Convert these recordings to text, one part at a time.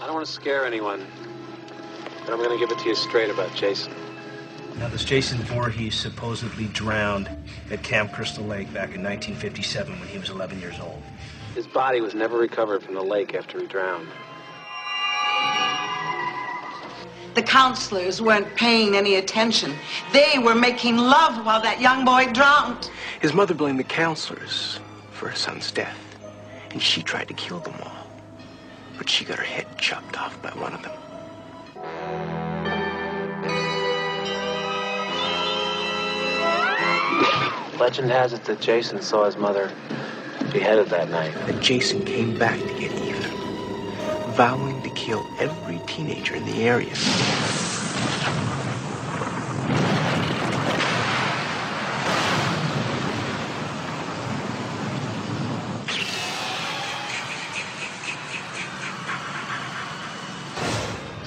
I don't want to scare anyone, but I'm going to give it to you straight about Jason. Now, this Jason Voorhees supposedly drowned at Camp Crystal Lake back in 1957 when he was 11 years old. His body was never recovered from the lake after he drowned. The counselors weren't paying any attention. They were making love while that young boy drowned. His mother blamed the counselors for her son's death, and she tried to kill them all. But she got her head chopped off by one of them. Legend has it that Jason saw his mother beheaded that night. That Jason came back to get even, vowing to kill every teenager in the area.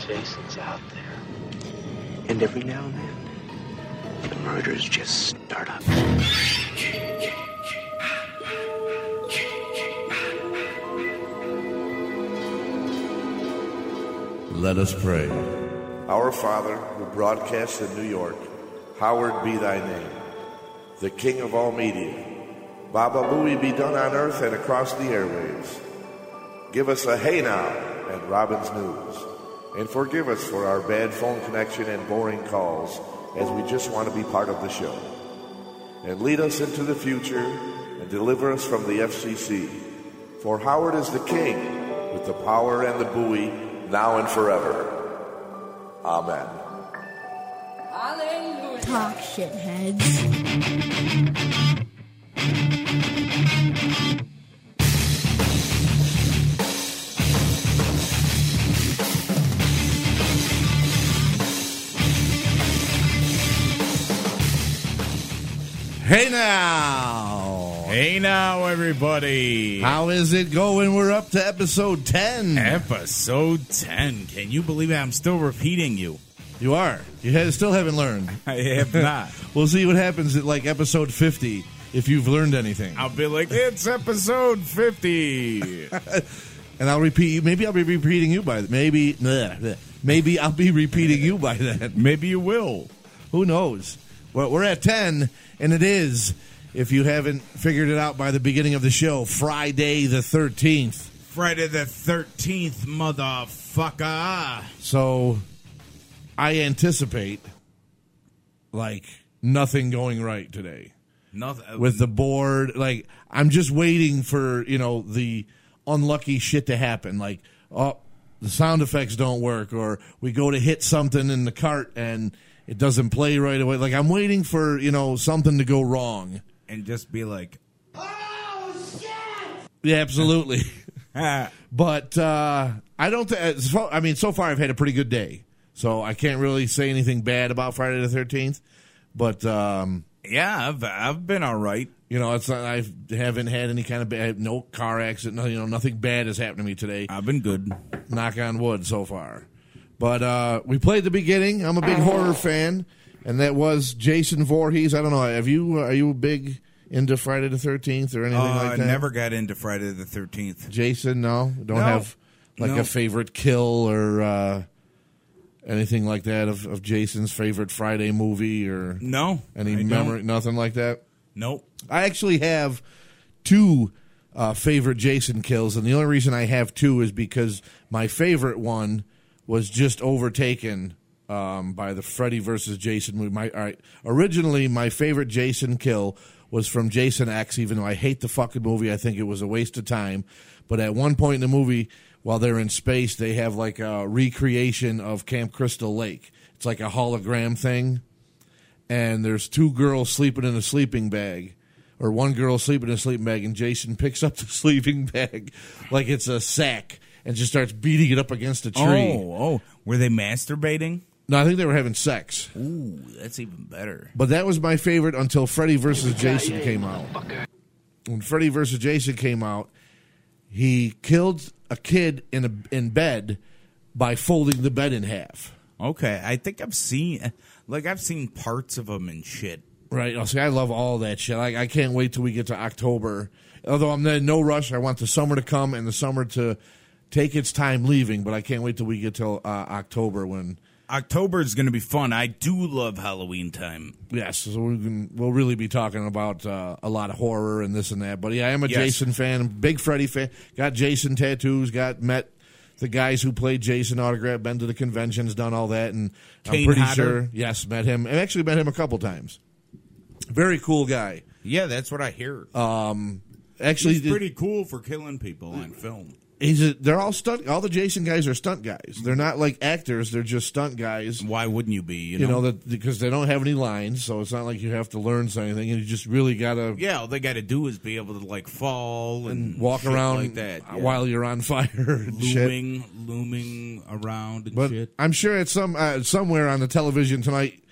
Jason's out there. And every now and then, the murders just start up. Let us pray. Our Father, who broadcasts in New York, Howard be thy name, the King of all media. Baba Booey be done on earth and across the airwaves. Give us a hey now at Robin's News. And forgive us for our bad phone connection and boring calls, as we just want to be part of the show. And lead us into the future and deliver us from the FCC. For Howard is the King, with the power and the buoy, now and forever. Amen. Talk shitheads. Hey now! Hey now, everybody. How is it going? We're up to episode 10. Episode 10. Can you believe it? I'm still repeating you. You are. You ha- still haven't learned. I have not. We'll see what happens at like episode 50 if you've learned anything. I'll be like, it's episode 50. And I'll repeat you. Maybe I'll be repeating you by maybe bleh, bleh. maybe I'll be repeating you by then. Maybe you will. Who knows? Well, we're at 10 and it is if you haven't figured it out by the beginning of the show, Friday the 13th. Friday the 13th, motherfucker. So I anticipate like nothing going right today Nothing. with the board. Like I'm just waiting for, you know, the unlucky shit to happen. Like, oh, the sound effects don't work or we go to hit something in the cart and it doesn't play right away. Like I'm waiting for, you know, something to go wrong. and just be like, Yeah, absolutely. ah. But uh, I don't. Th- as far- I mean, so far I've had a pretty good day, so I can't really say anything bad about Friday the Thirteenth. But um, yeah, I've, I've been all right. you know, it's not, I haven't had any kind of bad, no car accident. No, you know, nothing bad has happened to me today. I've been good. knock on wood so far. But uh, we played the beginning. I'm a big horror fan, and that was Jason Voorhees. I don't know. Have you? Are you big into Friday the Thirteenth or anything Uh, like that? never got into Friday the 13th. Jason, no, don't No. have like No. a favorite kill or uh, anything like that of, of Jason's favorite Friday movie or No. I any don't. memory, nothing like that. Nope. I actually have two uh, favorite Jason kills, and the only reason I have two is because my favorite one was just overtaken um, by the Freddy versus Jason movie. My, all right, originally, my favorite Jason kill was from Jason X, even though I hate the fucking movie. I think it was a waste of time. But at one point in the movie, while they're in space, they have like a recreation of Camp Crystal Lake. It's like a hologram thing and there's two girls sleeping in a sleeping bag, or one girl sleeping in a sleeping bag, and Jason picks up the sleeping bag like it's a sack and just starts beating it up against a tree. Oh, oh. Were they masturbating? No, I think they were having sex. Ooh, that's even better. But that was my favorite until Freddy vs. Jason came out. When Freddy vs. Jason came out, he killed a kid in a, in bed by folding the bed in half. Okay, I think I've seen, like, I've seen parts of them and shit. Right. Oh, see, I love all that shit. I, I can't wait till we get to October. Although I'm in no rush, I want the summer to come and the summer to take its time leaving, but I can't wait till we get till uh, October when October is going to be fun. I do love Halloween time. yes, so we can, we'll really be talking about uh, a lot of horror and this and that. But yeah, I am a Yes. Jason fan, big Freddy fan. Got Jason tattoos. Got met the guys who played Jason autograph. Been to the conventions, done all that, and I'm Kane pretty Hodder. sure yes, met him. I actually met him a couple times. Very cool guy. Um, Yeah, that's what I hear. Actually, He's pretty cool for killing people on film. he's a, they're all stunt. All the Jason guys are stunt guys. They're not like actors. They're just stunt guys. Why wouldn't you be? You know, You know that because they don't have any lines, so it's not like you have to learn something. You just really gotta yeah, all they got to do is be able to like fall and, walk shit around like that yeah. while you're on fire and shit. looming, looming around and But shit. I'm sure at some uh, somewhere on the television tonight,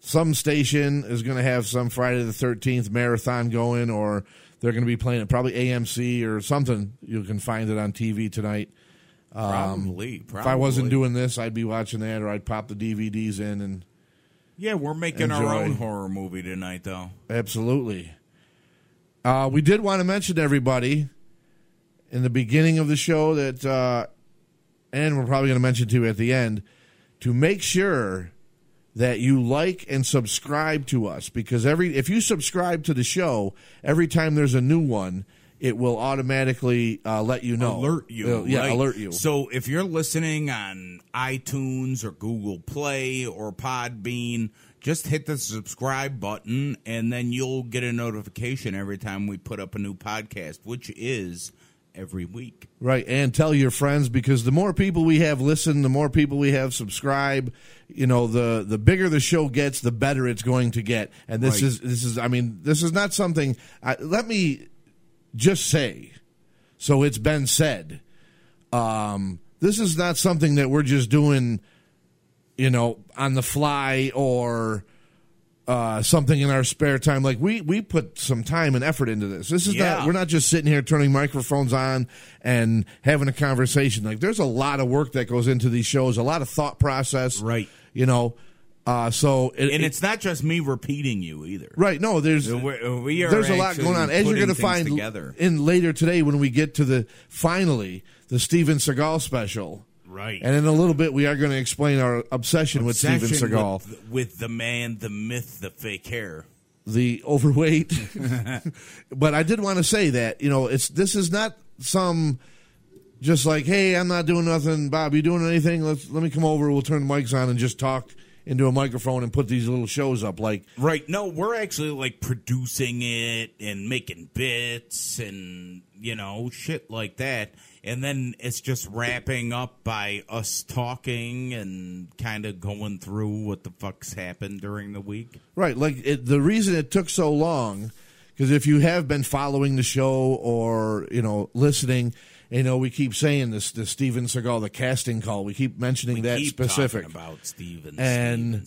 some station is going to have some Friday the 13th marathon going, or they're going to be playing it probably AMC or something. You can find it on TV tonight. Um, Probably, probably. If I wasn't doing this, I'd be watching that, or I'd pop the DVDs in, and yeah, we're making our Enjoy. own horror movie tonight, though. absolutely. Uh, we did want to mention to everybody in the beginning of the show that, uh, and we're probably going to mention to you at the end, to make sure that you like and subscribe to us because every if you subscribe to the show, every time there's a new one, it will automatically uh, let you know, alert you. It'll- yeah, right? alert you. So if you're listening on iTunes or Google Play or Podbean, just hit the subscribe button and then you'll get a notification every time we put up a new podcast, which is every week. Right, and tell your friends because the more people we have listen, the more people we have subscribe, you know, the the bigger the show gets, the better it's going to get. And Right. this is this is I mean, this is not something I, let me just say so it's been said. Um this is not something that we're just doing you know, on the fly or uh, something in our spare time. Like we we put some time and effort into this. This is Yeah. not we're not just sitting here turning microphones on and having a conversation. Like there's a lot of work that goes into these shows, a lot of thought process, Right. You know, uh, so it, And it- it's not just me repeating you either. right. No, there's We're- we are there's a lot actually going on. As you're putting going to things find together. in later today when we get to the finally the Steven Seagal special. Right. And in a little bit, we are going to explain our obsession, with Obsession Steven Seagal. With, with the man, the myth, the fake hair. the overweight. but I did want to say that you know it's this is not some just like hey I'm not doing nothing Bob you doing anything let's let me come over we'll turn the mics on and just talk into a microphone and put these little shows up like Right. No, we're actually like producing it and making bits and, you know, shit like that. And then it's just wrapping up by us talking and kind of going through what the fuck's happened during the week. Right. Like it, the reason it took so long, because if you have been following the show or you know listening, you know we keep saying this: the Steven Seagal, the casting call. We keep mentioning that Keep specific. talking about Steven, And-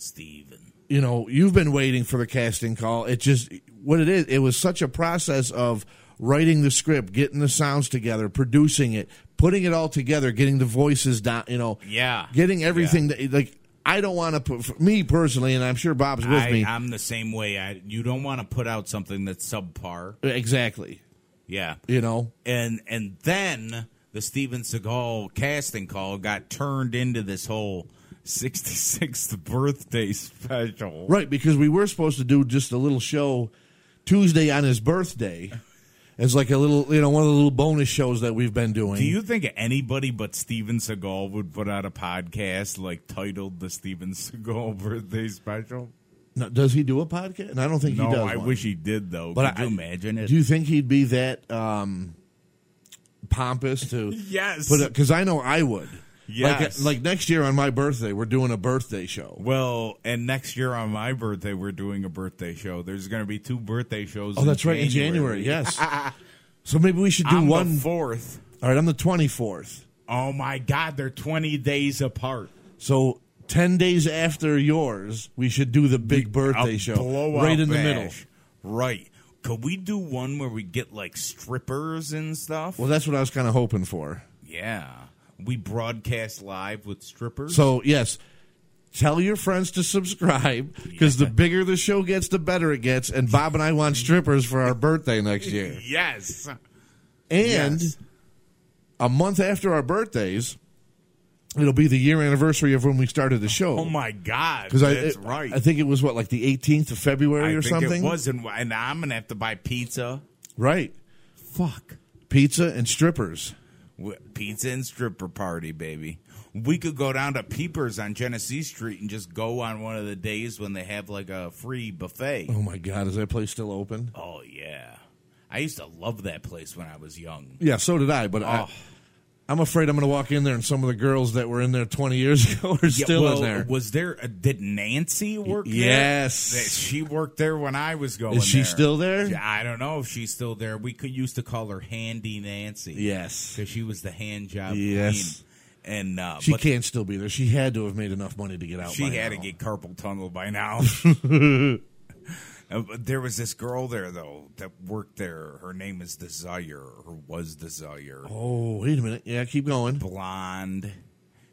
Steven, Steven. you know, you've been waiting for the casting call. It just what it is. It was such a process of writing the script, getting the sounds together, producing it, putting it all together, getting the voices down. You know, Yeah. getting everything that, like. I don't want to put for me personally, and I'm sure Bob's with I, me. I'm the same way. I, you don't want to put out something that's subpar. exactly, Yeah. you know, and and then the Steven Seagal casting call got turned into this whole 66th birthday special. Right, because we were supposed to do just a little show Tuesday on his birthday as like a little, you know, one of the little bonus shows that we've been doing. Do you think anybody but Steven Seagal would put out a podcast like titled the Steven Seagal birthday special? No, does he do a podcast? And I don't think No, he does. I one. wish he did though. But Could I- you imagine it? Do you think he'd be that um, pompous to Yes. put Because I know I would. Yes. Like, like next year on my birthday, we're doing a birthday show. well, and next year on my birthday, we're doing a birthday show. There's going to be two birthday shows. Oh, that's right, in January, yes. so maybe we should do I'm the one. fourth. all right, I'm the 24th. Oh my God, they're 20 days apart. So ten days after yours, we should do the big birthday A show blowout right in the bash. middle. Right. Could we do one where we get like strippers and stuff? Well, that's what I was kind of hoping for. yeah. We broadcast live with strippers. So yes, tell your friends to subscribe because the bigger the show gets, the better it gets. And Bob and I want strippers for our birthday next year. yes. And Yes. a month after our birthdays, it'll be the year anniversary of when we started the show. Oh my God, Because I, that's it- right. I think it was what like the 18th of February I or think something. it was, and, and I'm gonna have to buy pizza. Right, Fuck, pizza and strippers. W- pizza and stripper party, baby. We could go down to Peepers on Genesee Street and just go on one of the days when they have like a free buffet. Oh my God, is that place still open? Oh yeah, I used to love that place when I was young. Yeah, so did I. But I, Oh. I'm afraid I'm going to walk in there and some of the girls that were in there 20 years ago are Yeah, still well, in there. Was there? uh, did Nancy work? there? yes. That- she worked there when I was going. Is she there. still there? Yeah, I don't know if she's still there. We could used to call her Handy Nancy. yes, because she was the hand job Yes. queen. And uh, she but can't still be there. She had to have made enough money to get out. She by had to now. get carpal tunnel by now. Uh, but there was this girl there though that worked there. Her name is Desire, or was Desire. Oh, wait a minute. Yeah, keep going. Blonde.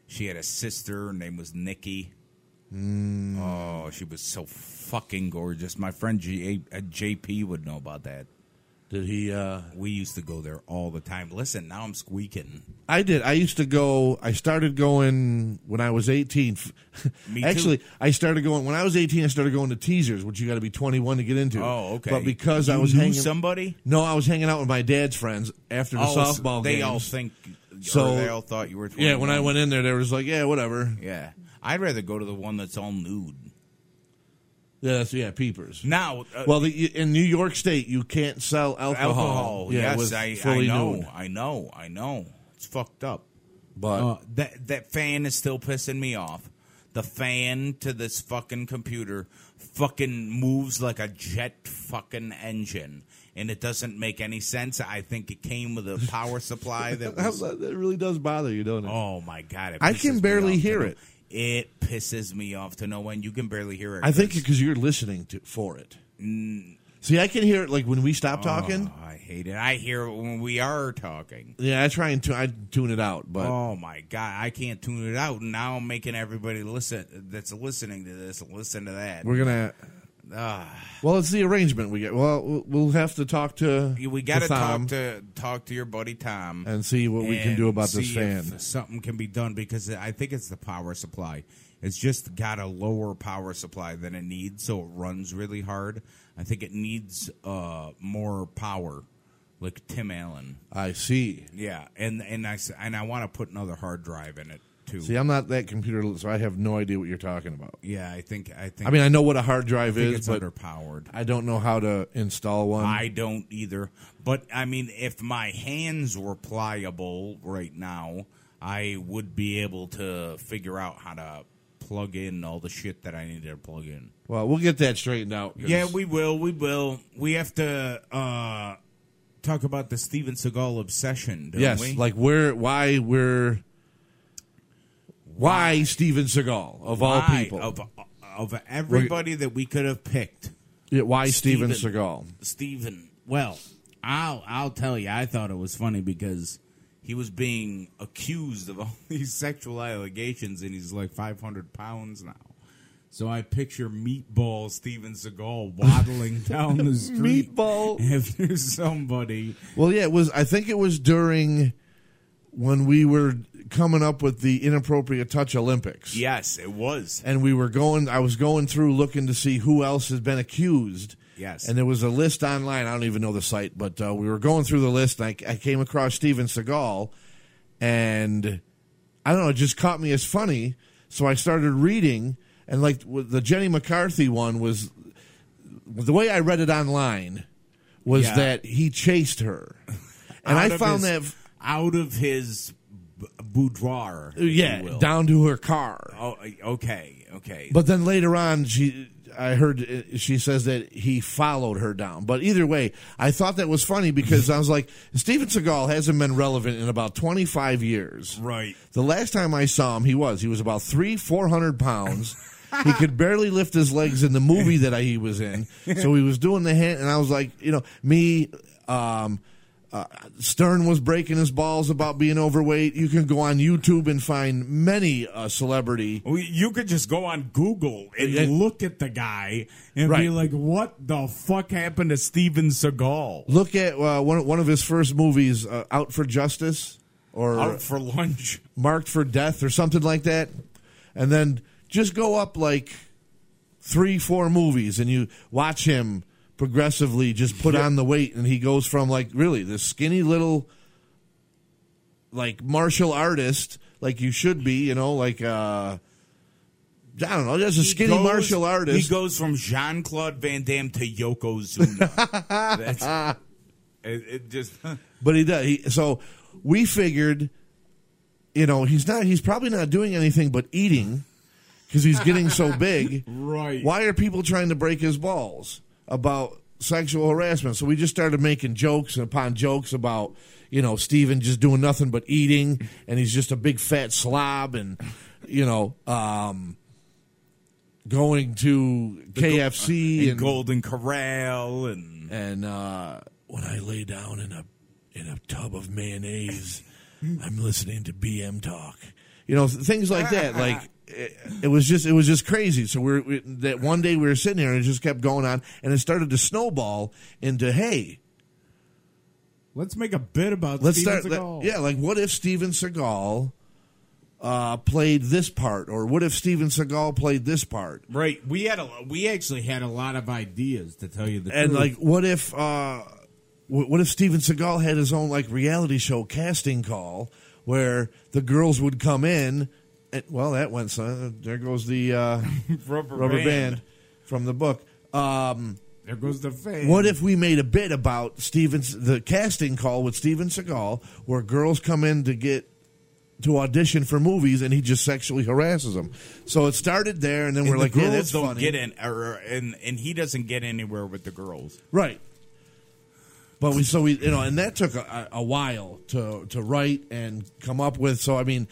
She had a sister. Her name was Nikki. Mm. Oh, she was so fucking gorgeous. My friend G- uh, JP would know about that. Did he? uh We used to go there all the time. Listen, now I'm squeaking. I did. I used to go. I started going when I was 18. Me too. Actually, I started going when I was 18. I started going to teasers, which you got to be 21 to get into. Oh, okay. But because I You was knew hanging somebody? No, I was hanging out with my dad's friends after the Oh, so softball They games. all think. So So- they all thought you were. yeah, when I 21. went in there, there was like, yeah, whatever. Yeah, I'd rather go to the one that's all nude. Yeah, that's, yeah, peepers. Now, uh, Well, the, in New York State, you can't sell alcohol. alcohol. Yeah, yes, with I, I fully know. nude. I know. I know. It's fucked up. But Uh, that that fan is still pissing me off. The fan to this fucking computer fucking moves like a jet fucking engine, and it doesn't make any sense. I think it came with a power supply that was. that really does bother you, don't it? Oh my god! It I pisses can me barely off to hear no- it. It pisses me off to no end. You can barely hear it. I think because you're listening to for it. See, I can hear it like when we stop talking. Oh, I hate it. I hear it when we are talking. Yeah, I try and tu- I tune it out, but Oh my god, I can't tune it out. Now I'm making everybody listen that's listening to this listen to that. Ah, we're gonna. Well, it's the arrangement we get. Well, we'll- we'll have to talk to You- we got to Tom talk to talk to your buddy Tom and see what we can and do about this see if fan. Something can be done because I think it's the power supply. It's just got a lower power supply than it needs, so it runs really hard. I think it needs uh, more power, like Tim Allen. I see. Yeah, and and I s- and I want to put another hard drive in it too. See, I'm not that computer, lit, so I have no idea what you're talking about. yeah, I think I think I mean, I know what a hard drive I think is, it's but underpowered. I don't know how to install one. I don't either. But I mean, if my hands were pliable right now, I would be able to figure out how to plug in all the shit that I need to plug in. well, we'll get that straightened out. 'cause- Yeah, we will. We will. We have to uh, talk about the Steven Seagal obsession, don't yes, we? like where, why we're, why Steven Seagal of all Why? people, of of everybody that we could have picked. Yeah, why Steven, Steven. Seagal? Steven. Well, I'll I'll tell you, I thought it was funny because he was being accused of all these sexual allegations, and he's like 500 pounds now. So I picture meatball Steven Seagal waddling down the street. Meatball. If there's somebody, Well, yeah, it was. I think it was during when we were coming up with the inappropriate touch Olympics. yes, it was. and we were going i was going through looking to see who else has been accused Yes. and there was a list online i don't even know the site but uh, we were going through the list and I, I came across steven seagal and i don't know it just caught me as funny so i started reading and like with the jenny mccarthy one was the way i read it online was Yeah. that he chased her Out and i of found his- that out of his b- boudoir. if you yeah will. down to her car Oh, okay, okay. But then later on, she I heard uh, she says that he followed her down. But either way, I thought that was funny because I was like, Steven Seagal hasn't been relevant in about twenty five years. right. The last time I saw him, he was he was about three four hundred pounds. he could barely lift his legs in the movie that I, he was in. So he was doing the hand, and I was like, you know, me. Um, uh, Stern was breaking his balls about being overweight. You can go on YouTube and find many a celebrity Well, You could just go on Google and Yeah. look at the guy and be Right. like, "What the fuck happened to Steven Seagal?" Look at uh, one one of his first movies, uh, Out for Justice. or out for lunch. marked for death or something like that, and then just go up like three, four movies, and you watch him progressively just put on the weight, and he goes from like really this skinny little like martial artist, like you should be, you know, like uh, I don't know, just a skinny He goes- martial artist. He goes from Jean Claude Van Damme to Yokozuna. That's, it, it just But he does. He, so we figured, you know, he's not. He's probably not doing anything but eating because he's getting so big. Right. Why are people trying to break his balls about sexual harassment? So we just started making jokes upon jokes about you know Steven just doing nothing but eating, and he's just a big fat slob, and you know. um Going to KFC and and Golden Corral and and uh, when I lay down in a in a tub of mayonnaise, I'm listening to BM talk. You know th- things like that. Like it, it was just it was just crazy. So we're we, that one day we were sitting there and it just kept going on, and it started to snowball into hey, let's make a bit about let's Steven start. let- Seagal. yeah, like what if Steven Seagal uh, played this part, or what if Steven Seagal played this part? Right, we had a we actually had a lot of ideas to tell you the and truth. like what if uh wh- what if steven seagal had his own like reality show casting call where the girls would come in and, well that went son there goes the uh Rubber rubber band. band. from the book um there goes the fan. what if we made a bit about steven's the casting call with steven seagal where girls come in to get to audition for movies and he just sexually harasses them so it started there and then And we're the like girls yeah that's don't funny get in, or, and and he doesn't get anywhere with the girls. Right. But we so we you know, and that took a, a while to to write and come up with. So I mean,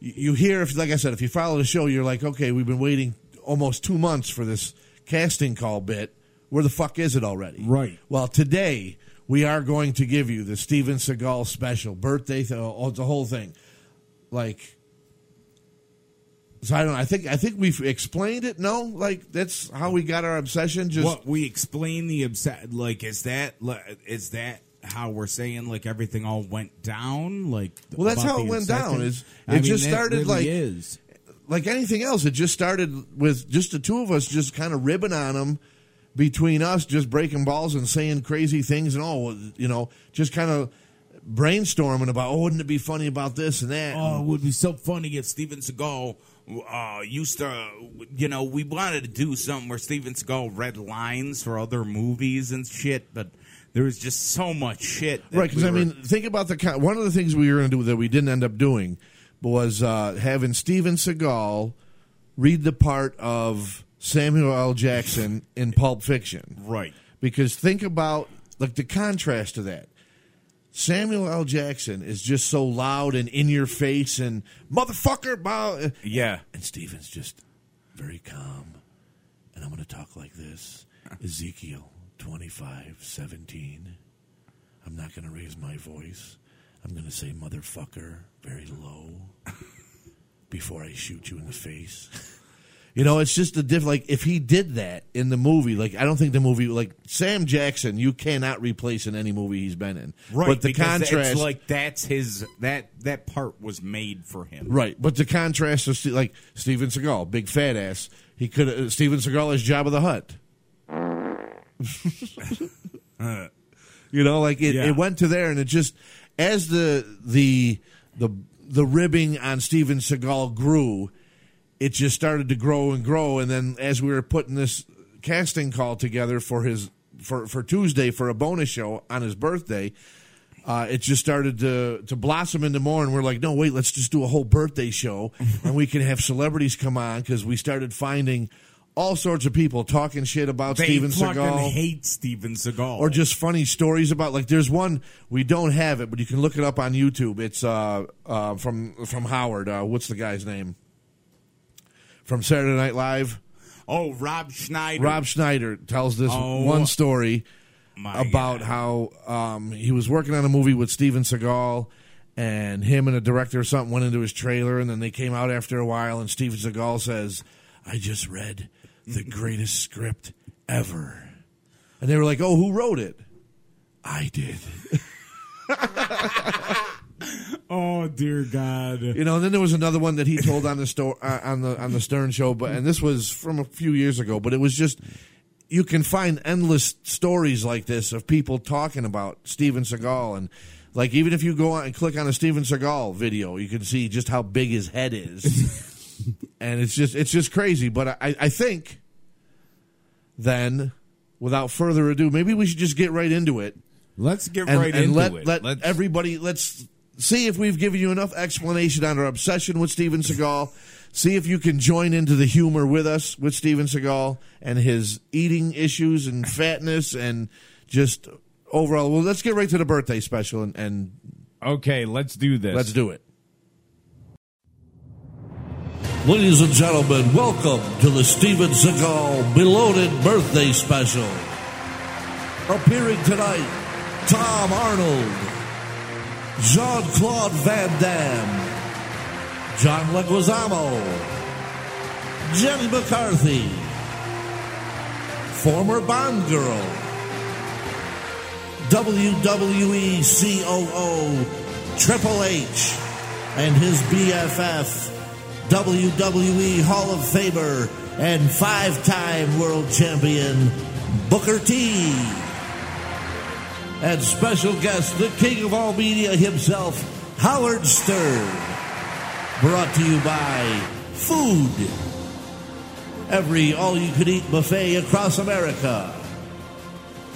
you you hear if like I said, if you follow the show, you're like, okay, we've been waiting almost two months for this casting call bit. Where the fuck is it already? Right. Well, today we are going to give you the Steven Seagal special birthday, th- uh, all- the whole thing. Like, so I don't. I think I think we've explained it. No, like that's how we got our obsession. Just what we explain the upset like is that li- is that how we're saying like everything all went down like Well, that's about how it the went obsession? down, is I it mean, just that started, really like- is like anything else, it just started with just the two of us just kind of ribbing on him between us, just breaking balls and saying crazy things and all, you know, just kind of brainstorming about, oh, wouldn't it be funny about this and that? oh it would be so funny if Steven Seagal uh, used to you know we wanted to do something where Steven Seagal read lines for other movies and shit but there was just so much shit that right, because we I were- mean, think about the kind. One of the things we were going to do that we didn't end up doing was uh, having Steven Seagal read the part of Samuel L. Jackson in Pulp Fiction. right because think about like the contrast to that. Samuel L. Jackson is just so loud and in your face and motherfucker, bow. uh, yeah and Steven's just very calm. And I'm going to talk like this Ezekiel 25 17. I'm not going to raise my voice. I'm going to say motherfucker very low before I shoot you in the face. You know, it's just a diff. Like if he did that in the movie, like I don't think the movie, like Sam Jackson, you cannot replace in any movie he's been in. right but the because it's contrast, like that's his that that part was made for him Right, but the contrast of Ste- like Steven Seagal, big fat ass. He could uh, Steven Seagal is Jabba the Hutt. you know, like it, Yeah. it went to there, and it just as the the the the ribbing on Steven Seagal grew, it just started to grow and grow. And then as we were putting this casting call together for his for for Tuesday for a bonus show on his birthday, uh, it just started to to blossom into more. And we're like, no, wait, let's just do a whole birthday show, and we can have celebrities come on because we started finding all sorts of people talking shit about They Steven fucking Seagal. hate Steven Seagal. or just funny stories about like there's one we don't have it but you can look it up on youtube it's uh, uh from from howard uh, what's the guy's name from saturday night live oh Rob Schneider. Rob Schneider tells this Oh. one story My about God. how um, he was working on a movie with Steven Seagal, and him and a director or something went into his trailer, and then they came out after a while, and Steven Seagal says, "I just read the greatest script ever," and they were like, "Oh, who wrote it?" I did. Oh dear God. You know, and then there was another one that he told on the store uh, on the on the Stern show, but and this was from a few years ago, but it was just you can find endless stories like this of people talking about Steven Seagal and like even if you go on and click on a Steven Seagal video, you can see just how big his head is. and it's just it's just crazy, but I I think then without further ado, maybe we should just get right into it Let's get and, right and into let, it. let Let's- everybody let's see if we've given you enough explanation on our obsession with Steven Seagal. see if you can join into the humor with us with Steven Seagal and his eating issues and fatness and just overall. Well, let's get right to the birthday special and, and okay, let's do this. let's do it. Ladies and gentlemen, welcome to the Steven Seagal Beloaded Birthday Special. Appearing tonight, Tom Arnold, Jean Claude Van Damme, John Leguizamo, Jenny McCarthy, former Bond girl, WWE COO Triple H, and his BFF, WWE E Hall of Famer and five time world champion Booker T. And special guest, the king of all media himself, Howard Stern. Brought to you by Food, every all you can eat buffet across America,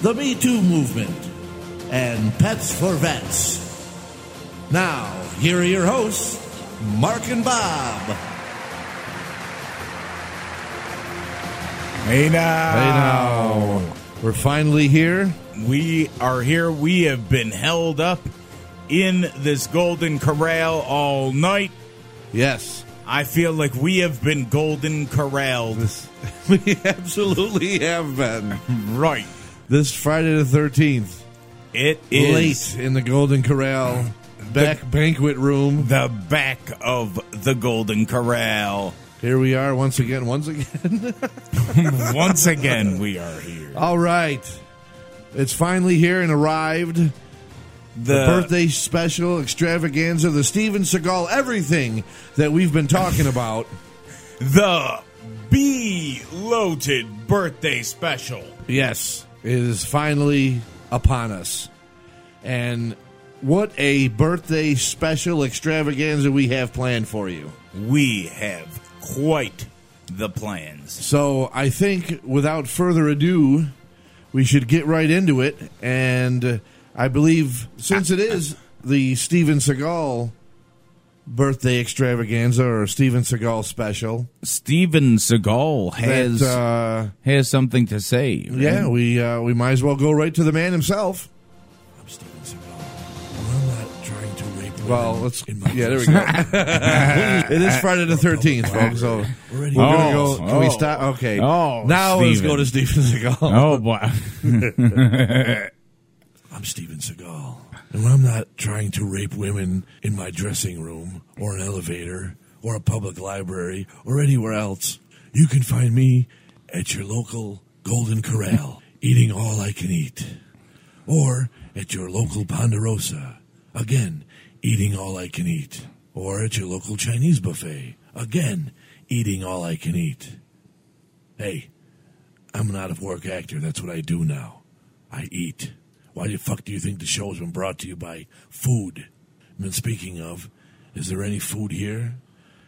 the Me Too movement, and Pets for Vets. Now, here are your hosts, Mark and Bob. Hey now. We're finally here. We are here. We have been held up in this golden corral all night. Yes. I feel like we have been golden corralled. we absolutely have been. Right. This Friday the 13th, It is late in the Golden Corral back banquet room. the back of the golden corral. Here we are once again, once again. Once again, we are here. All right. It's finally here and arrived. The, the birthday special extravaganza, the Steven Seagal, everything that we've been talking about. the bee-loaded birthday special. Yes, is finally upon us. And what a birthday special extravaganza we have planned for you. We have quite the plans. So I think without further ado, we should get right into it. And uh, I believe since it is the Steven Seagal birthday extravaganza or Steven Seagal special, Steven Seagal has that, uh, has something to say. yeah, we uh, we might as well go right to the man himself. I'm Steven Seagal. I'm not trying to rape women. Well, let's in my yeah, there we go. it is Friday the thirteenth, folks. So we're Already- gonna Oh, go. Can we oh. stop? Okay. Oh, now let's go to Steven Seagal. Oh boy. Oh, I'm Steven Seagal. And I'm not trying to rape women in my dressing room or an elevator or a public library or anywhere else. You can find me at your local Golden Corral eating all I can eat or at your local Ponderosa. Again, eating all I can eat. Or at your local Chinese buffet. Again, eating all I can eat. Hey, I'm an out of work actor. That's what I do now. I eat. Why the fuck do you think the show has been brought to you by food? I mean, speaking of, is there any food here?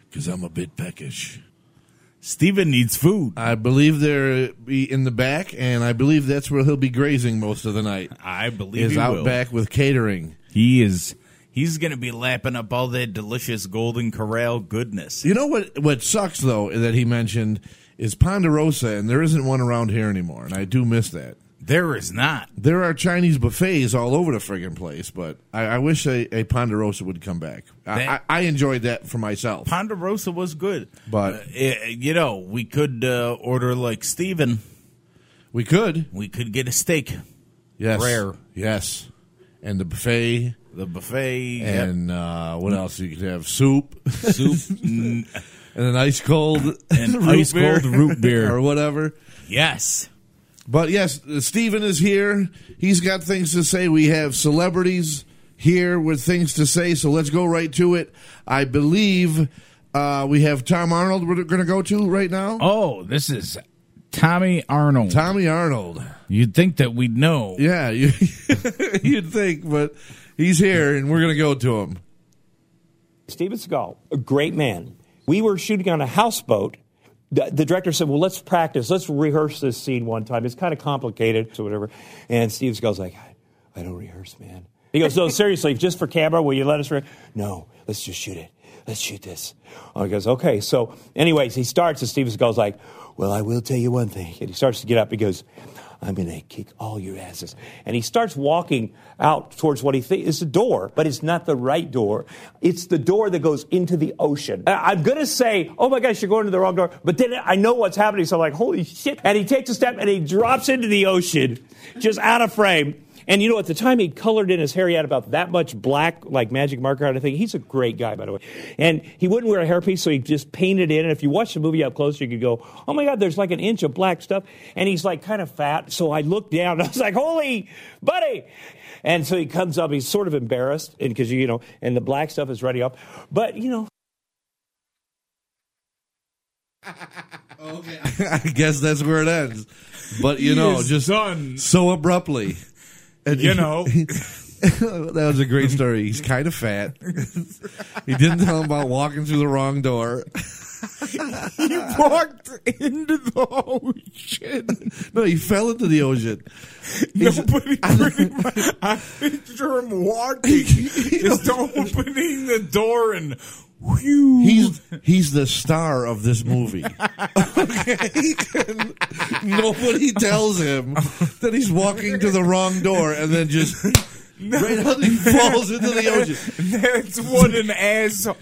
Because I'm a bit peckish. Steven needs food. I believe there be in the back, and I believe that's where he'll be grazing most of the night. I believe Is he out will. back with catering. He is. He's gonna be lapping up all that delicious golden corral goodness. You know what? What sucks though that he mentioned is Ponderosa, and there isn't one around here anymore, and I do miss that. There is not. There are Chinese buffets all over the friggin' place, but I, I wish a, a Ponderosa would come back. I, I, That- I enjoyed that for myself. Ponderosa was good, But- Uh, eh, you know we could uh, order like Steven. We could, We could get a steak, yes, Rare. yes, and the buffet, the buffet, yep. and uh, what else? You could have soup soup. N- and an ice cold And root ice beer. cold root beer. or whatever. yes, But yes, Steven is here. He's got things to say. We have celebrities here with things to say, so let's go right to it. I believe uh, we have Tom Arnold we're going to go to right now. Oh, this is Tommy Arnold. Tommy Arnold. You'd think that we'd know. Yeah, you, you'd think, but he's here and we're going to go to him. Steven Seagal, a great man. We were shooting on a houseboat. The, the director said, Well, let's practice. Let's rehearse this scene one time. It's kind of complicated, so whatever. And Steve Seagal's like, I, I don't rehearse, man. He goes, No, seriously, just for camera, will you let us? Re-? No, let's just shoot it. Let's shoot this. And he goes, Okay. So, anyways, he starts, and Steven Seagal's like, Well, I will tell you one thing. And he starts to get up. He goes, I'm going to kick all your asses. And he starts walking out towards what he thinks is a door, but it's not the right door. It's the door that goes into the ocean. I- I'm going to say, oh my gosh, you're going to the wrong door. But then I know what's happening. So I'm like, holy shit. And he takes a step and he drops into the ocean, just out of frame. And you know, at the time he colored in his hair, he had about that much black, like magic marker kind of thing. He's a great guy, by the way. And he wouldn't wear a hairpiece, so he just painted it in. And if you watch the movie up close, you could go, oh my God, there's like an inch of black stuff. And he's like kind of fat. So I looked down, and I was like, holy buddy. And so he comes up, he's sort of embarrassed, and because, you know, and the black stuff is ready up. But, you know, I guess that's where it ends. But you He know, is just so abruptly. And You know. that was a great story. He's kind of fat. he didn't tell him about walking through the wrong door. he walked into the ocean. No, he fell into the ocean. He's- Nobody pretty much. I picture him walking, just opening the door and. Whew. He's he's the star of this movie. Nobody tells him that he's walking to the wrong door, and then just right out he falls into the ocean. That's what an asshole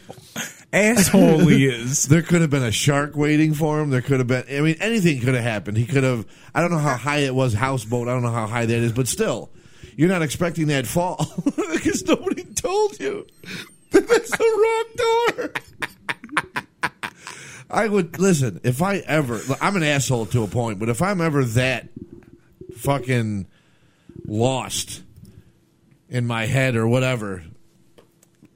asshole he is. There could have been a shark waiting for him. There could have been, I mean, anything could have happened. He could have, I don't know how high it was, houseboat. I don't know how high that is, but still, you're not expecting that fall because nobody told you that that's the wrong door. I would, listen, if I ever, look, I'm an asshole to a point, but if I'm ever that fucking lost in my head or whatever,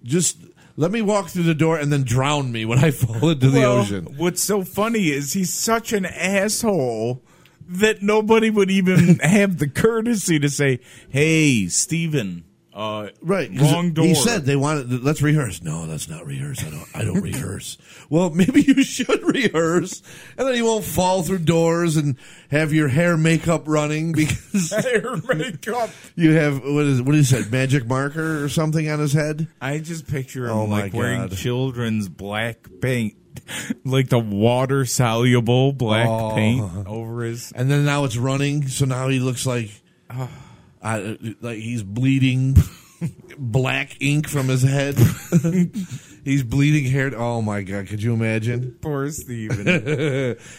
just let me walk through the door and then drown me when I fall into the Well, ocean. What's so funny is he's such an asshole that nobody would even have the courtesy to say, "Hey, Steven, uh, Right, 'cause wrong door." He said they wanted. Let's rehearse. No, let's not rehearse. I don't. I don't rehearse. Well, maybe you should rehearse, and then you won't fall through doors and have your hair makeup running because Hair makeup. you have what is what he said magic marker or something on his head. I just picture him Oh my like wearing God. children's black paint, like the water soluble black Oh. paint over his. and then now it's running. So now he looks like, uh, like he's bleeding black ink from his head. he's bleeding hair. Oh my god! Could you imagine? Poor Steven.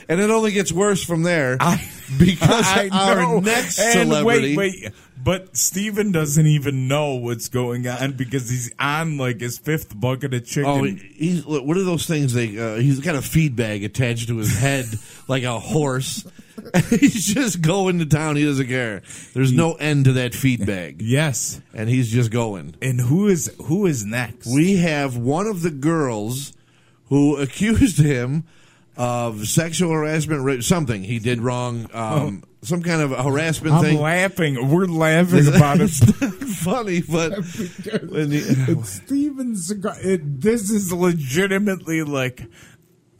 And it only gets worse from there because I our know. next and celebrity. Wait, wait. But Steven doesn't even know what's going on because he's on like his fifth bucket of chicken. Oh, he's look, what are those things? They uh, he's got a feed bag attached to his head like a horse. he's just going to town. He doesn't care. There's no end to that feed bag, yes. and he's just going. And who is who is next? we have one of the girls who accused him of sexual harassment, rape, something he did wrong, um, some kind of harassment Oh. I'm thing. laughing. We're laughing about it. it's not funny, but when he- Steven Seagal. It, this is legitimately like,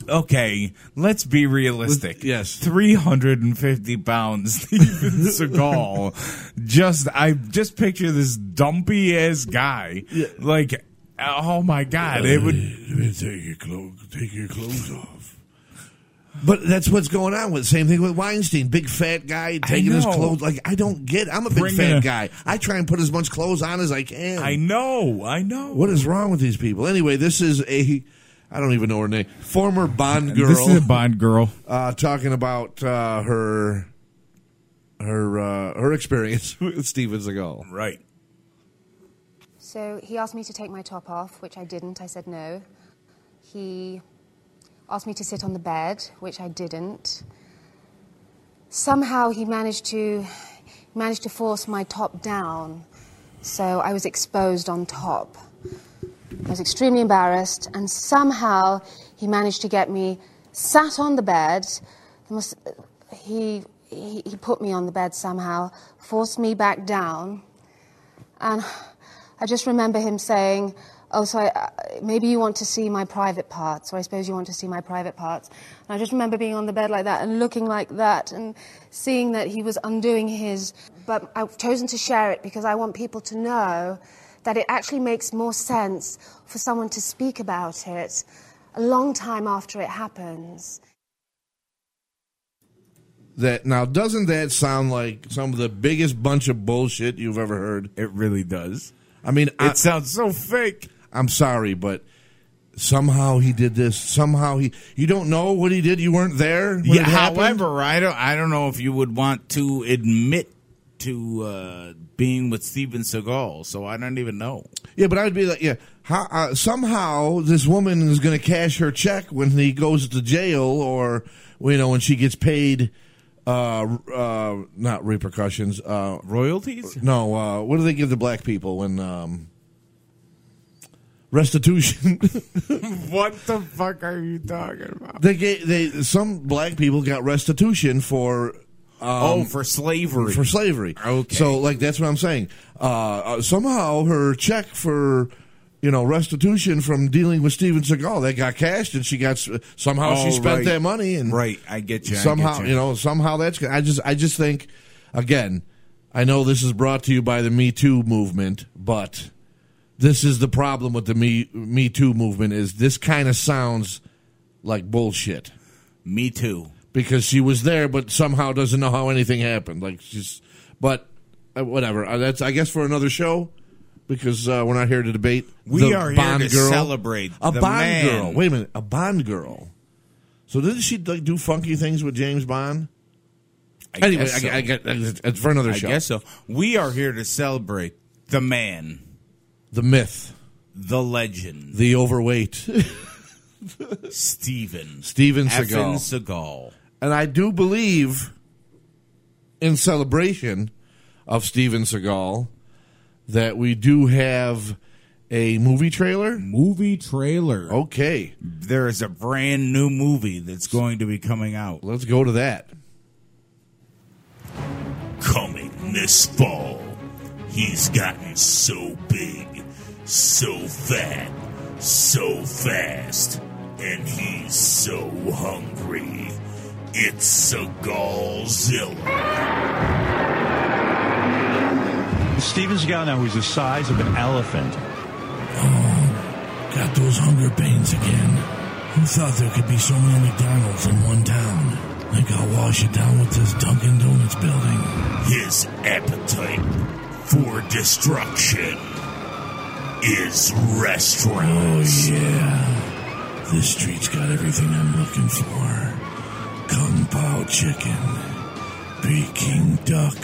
okay, let's be realistic. yes. 350 pounds, Steven Seagal. just, I just picture this dumpy ass guy. Like, oh my God, it would. take your clothes. Take your clothes off. but that's what's going on with same thing with Weinstein, big fat guy taking his know. clothes. Like I don't get. I'm a big Bring fat a- guy. I try and put as much clothes on as I can. I know, I know. what is wrong with these people? Anyway, this is a. I don't even know her name. Former Bond girl. This is a Bond girl. uh, talking about uh, her her uh, her experience with Steven Seagal. Right. So he asked me to take my top off, which I didn't. I said no. He asked me to sit on the bed, which I didn't. Somehow he managed to he managed to force my top down, So I was exposed on top. I was extremely embarrassed, and somehow he managed to get me sat on the bed. There must- he, he, he put me on the bed somehow, forced me back down, and I just remember him saying, Oh, so I, uh, maybe you want to see my private parts, or I suppose you want to see my private parts. And I just remember being on the bed like that and looking like that and seeing that he was undoing his. But I've chosen to share it because I want people to know that it actually makes more sense for someone to speak about it a long time after it happens. That now doesn't that sound like some of the biggest bunch of bullshit you've ever heard? It really does. I mean, it sounds so fake. I'm sorry, but somehow he did this. Somehow he. You don't know what he did. You weren't there. when Yeah, it happened? however, I don't I don't know if you would want to admit to uh, being with Steven Seagal, so I don't even know. Yeah, but I would be like, yeah, how, uh, somehow this woman is going to cash her check when he goes to jail, or you know, when she gets paid. Uh, uh, not repercussions. Uh, royalties? No. Uh, what do they give the black people when um, restitution? what the fuck are you talking about? they gave they some black people got restitution for. Um, oh, for slavery. for slavery. Okay. So like that's what I'm saying. Uh, uh, somehow her check for you know restitution from dealing with Steven Seagal that got cashed and she got s- somehow Oh, she spent right. that money and right. I get you. I somehow get you know somehow that's I just I just think again I know this is brought to you by the Me Too movement but this is the problem with the Me Me Too movement is this kind of sounds like bullshit. Me too. Because she was there, but somehow doesn't know how anything happened. Like she's, but uh, whatever. Uh, that's I guess for another show because uh, we're not here to debate. We the are here Bond to girl. celebrate a the Bond man. girl. Wait a minute, a Bond girl. So didn't she like do funky things with James Bond? I anyway, guess so. I, I, get- uh, it's for another show. I guess so. We are here to celebrate the man, the myth, the legend, the overweight Steven. Steven effing Seagal. Seagal. And I do believe in celebration of Steven Seagal that we do have a movie trailer. Movie trailer. Okay. There is a brand new movie that's going to be coming out. Let's go to that. Coming this fall, he's gotten so big, so fat, so fast, and he's so hungry. It's a Steven Seagal now is the size of an elephant. Got those hunger pains again. Who thought there could be so many McDonald's in one town? Think I'll wash it down with this Dunkin' Donuts building. His appetite for destruction is restaurants. Oh, yeah. This street's got everything I'm looking for Kung Pao chicken, Peking duck,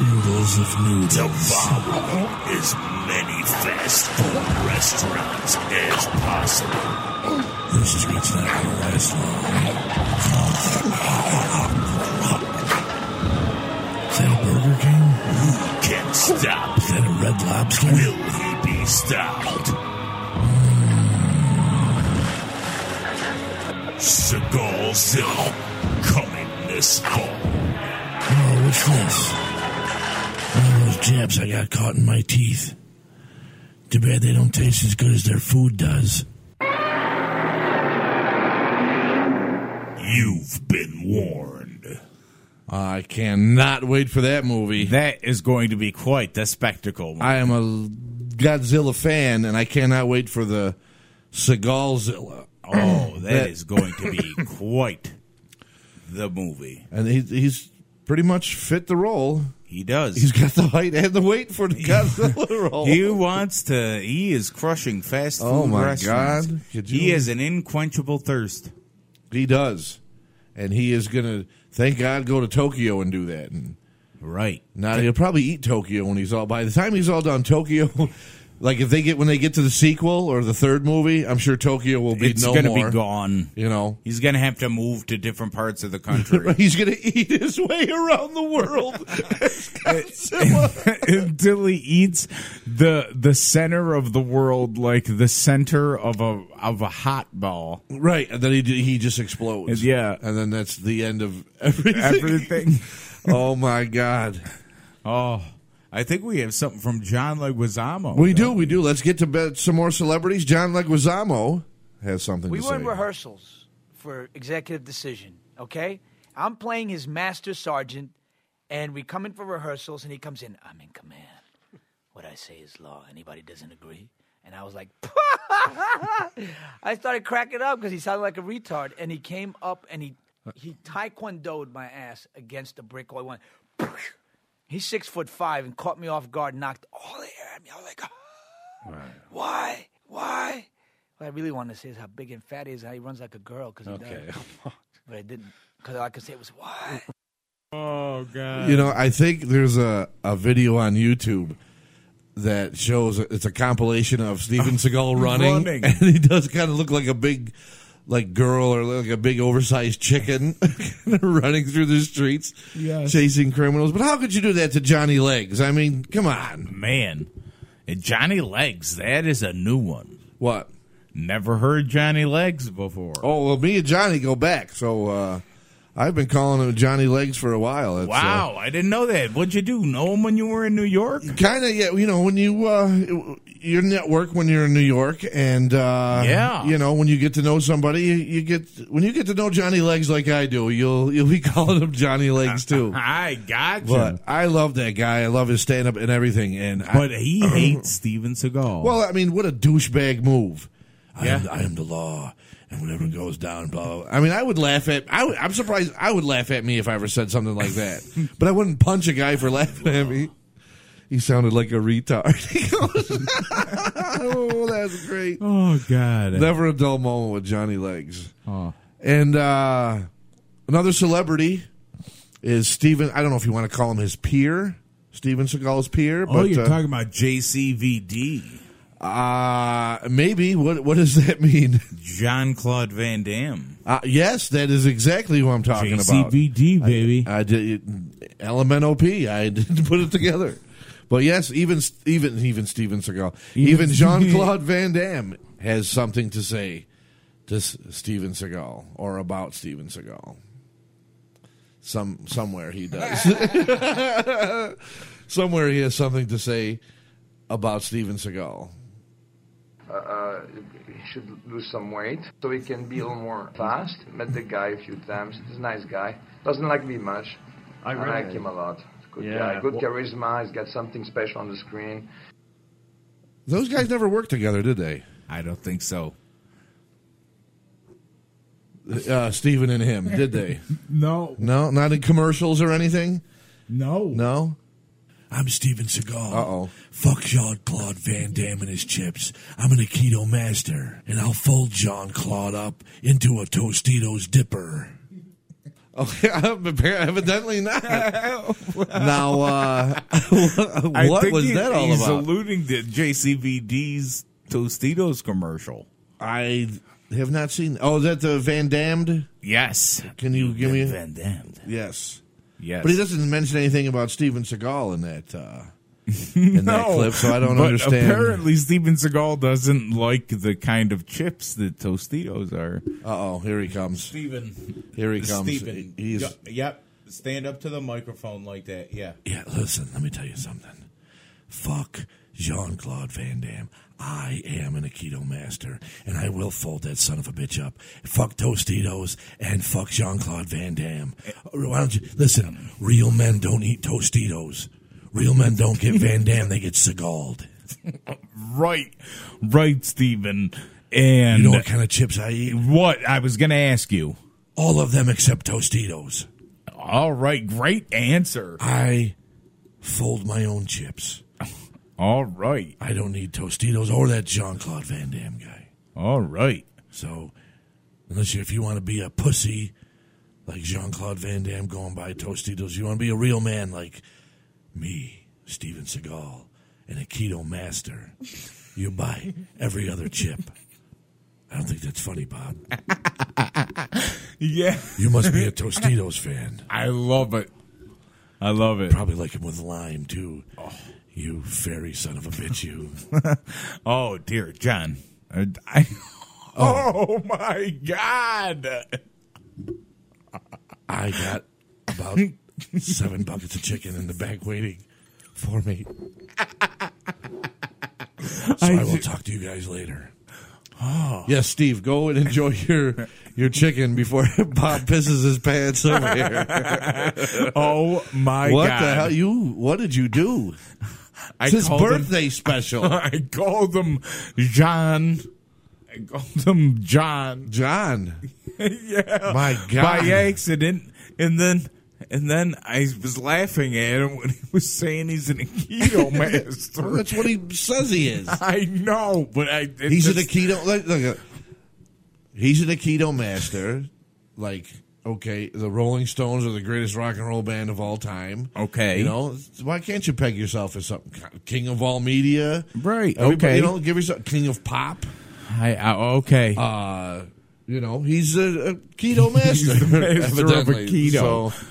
oodles of noodles. Devour as many fast food restaurants as possible. This street's not gonna last long. Is that a Burger King? Who can stop? Is that a Red Lobster? Will he be stopped? Seagalzilla coming this fall. Oh, what's this? One of those jabs I got caught in my teeth. Too bad they don't taste as good as their food does. You've been warned. I cannot wait for that movie. That is going to be quite the spectacle. I am a Godzilla fan, and I cannot wait for the Seagalzilla. Oh, that is going to be quite the movie. and he, he's pretty much fit the role. He does. He's got the height and the weight for the Godzilla role. He wants to. He is crushing fast food. Oh, my restaurants. God. Could He you- has an inquenchable thirst. He does, and he is gonna thank God go to Tokyo and do that. And right now, he'll probably eat Tokyo when he's all. By the time he's all done, Tokyo. Like if they get when they get to the sequel or the third movie, I'm sure Tokyo will be it's no gonna more. be gone. You know, he's gonna have to move to different parts of the country. he's gonna eat his way around the world. until he eats the the center of the world, like the center of a of a hot ball. Right, and then he ju- he just explodes. Yeah, and then that's the end of everything. Everything. oh my god. Oh, I think we have something from John Leguizamo. We do, we do. Let's get to bed some more celebrities. John Leguizamo has something We to were in say. rehearsals for executive decision, okay? I'm playing his master sergeant, and we come in for rehearsals, and he comes in, "Ah, I'm in command. What I say is law. Anybody doesn't agree? And I was like, I started cracking up because he sounded like a retard, and he came up and he Uh. he taekwondoed my ass against the brick wall. I went, he's six foot five and caught me off guard, knocked all the air at me. I was like, why, why? What I really wanted to say is how big and fat he is, and how he runs like a girl because he Okay. does. but I didn't because all I could say was why. Oh god! You know, I think there's a, a video on YouTube that shows it's a compilation of Steven Seagal running, Running. and he does kind of look like a big like girl or like a big oversized chicken running through the streets Yes. chasing criminals. But how could you do that to Johnny Legs? I mean, come on. man. And Johnny Legs, that is a new one. What? Never heard Johnny Legs before. Oh, well me and Johnny go back. So uh I've been calling him Johnny Legs for a while. It's, uh, Wow, I didn't know that. What'd you do? Know him when you were in New York? kind of yeah you know when you uh your network when you're in new york and uh Yeah. you know when you get to know somebody you, you get when you get to know johnny legs like i do you'll you'll be calling him johnny legs too I gotcha. but i love that guy i love his stand-up and everything and But I, he hates Steven Seagal. well i mean what a douchebag move I, am, I am the law, and when everyone goes down, blah, blah, blah. i mean i would laugh at I would, i'm surprised i would laugh at me if i ever said something like that but i wouldn't punch a guy for laughing at me he sounded like a retard oh, that's great. Oh god! Never a dull moment with Johnny Legs. And uh, another celebrity is Steven. I don't know if you want to call him his peer, Steven Seagal's peer. But, oh, you're uh, talking about JCVD, Uh, maybe. What What does that mean? Jean Claude Van Damme. Uh, yes, that is exactly who I'm talking about. JCVD, baby. I, I did LMNOP. I didn't put it together. But yes, even even even Steven Seagal, even, Jean Claude Van Damme has something to say to S- Steven Seagal or about Steven Seagal. Some somewhere he Uh, does. somewhere he has something to say about Steven Seagal. uh, he should lose some weight so he can be a little more fast. Met the guy a few times. He's a nice guy. Doesn't like me much. I I really- like him a lot. Good Yeah, guy. Good well- charisma. He's got something special on the screen. Those guys never worked together, did they? I don't think so. Uh, Steven and him, did they? No. No, not in commercials or anything. No. No. I'm Steven Seagal. Uh-oh. Fuck Jean Claude Van Damme and his chips. I'm an Aikido master, and I'll fold Jean Claude up into a Tostitos dipper. Okay, evidently not. now, uh, I what think was he- that all he's about? alluding to JCVD's Tostitos commercial. I have not seen. Oh, is that the Van Damned? Yes. Can you give me Van Damned? Yes. Yes. But he doesn't mention anything about Steven Seagal in that uh, in that No, clip, so I don't but understand. Apparently, Steven Seagal doesn't like the kind of chips that Tostitos are. Uh oh, here he comes. Steven. Here he comes. He's yep. Stand up to the microphone like that. Yeah. Yeah, listen, let me tell you something. Fuck Jean Claude Van Damme. I am an Aikido master, and I will fold that son of a bitch up. Fuck Tostitos and fuck Jean Claude Van Damme. Uh, Why don't you listen? Real men don't eat Tostitos. Real men don't get Van Damme; they get Seagaled. Right. Right, Steven. And You know what kind of chips I eat? What I was going to ask you. All of them except Tostitos. All right, great answer. I fold my own chips. All right. I don't need Tostitos or that Jean Claude Van Damme guy. All right. So, unless you, if you want to be a pussy like Jean Claude Van Damme going by Tostitos, you want to be a real man like me, Steven Seagal, and a keto master. You buy every other chip. I don't think that's funny, Bob. yeah. You must be a Tostitos fan. I love it. I love it. Probably like him with lime too. You fairy son of a bitch, you. oh dear, John. I, I- oh. my God! I got about seven buckets of chicken in the back waiting for me. So I, will talk to you guys later. Oh. Yes, Steve, go and enjoy your your chicken before Bob pisses his pants over here. Oh, my what God. the hell you what did you do? I it's his called him- birthday special. I called them John. I called them John. John. yeah. My God. By accident, and then and then I was laughing at him when he was saying he's an keto master. Well, that's what he says he is. I know, but I it he's just, an Aikido. Look, look, uh, he's an Aikido master. Like, okay, the Rolling Stones are the greatest rock and roll band of all time. Okay. you know why can't you peg yourself as something? King of all media, Right, Everybody- okay. you know, give yourself king of pop. I, I okay. Uh, you know, he's a, a keto master. the master of evidently. Aikido. So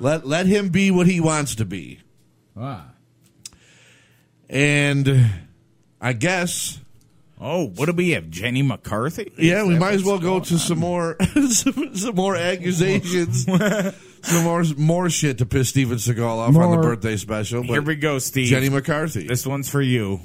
let let him be what he wants to be. Ah. And I guess Oh, what do we have? Jenny McCarthy? Yeah, Is we that might as what's well go going to some more some, some more accusations, some more more shit to piss Steven Seagal off on More. the birthday special. Here we go, Steve. Jenny McCarthy. This one's for you.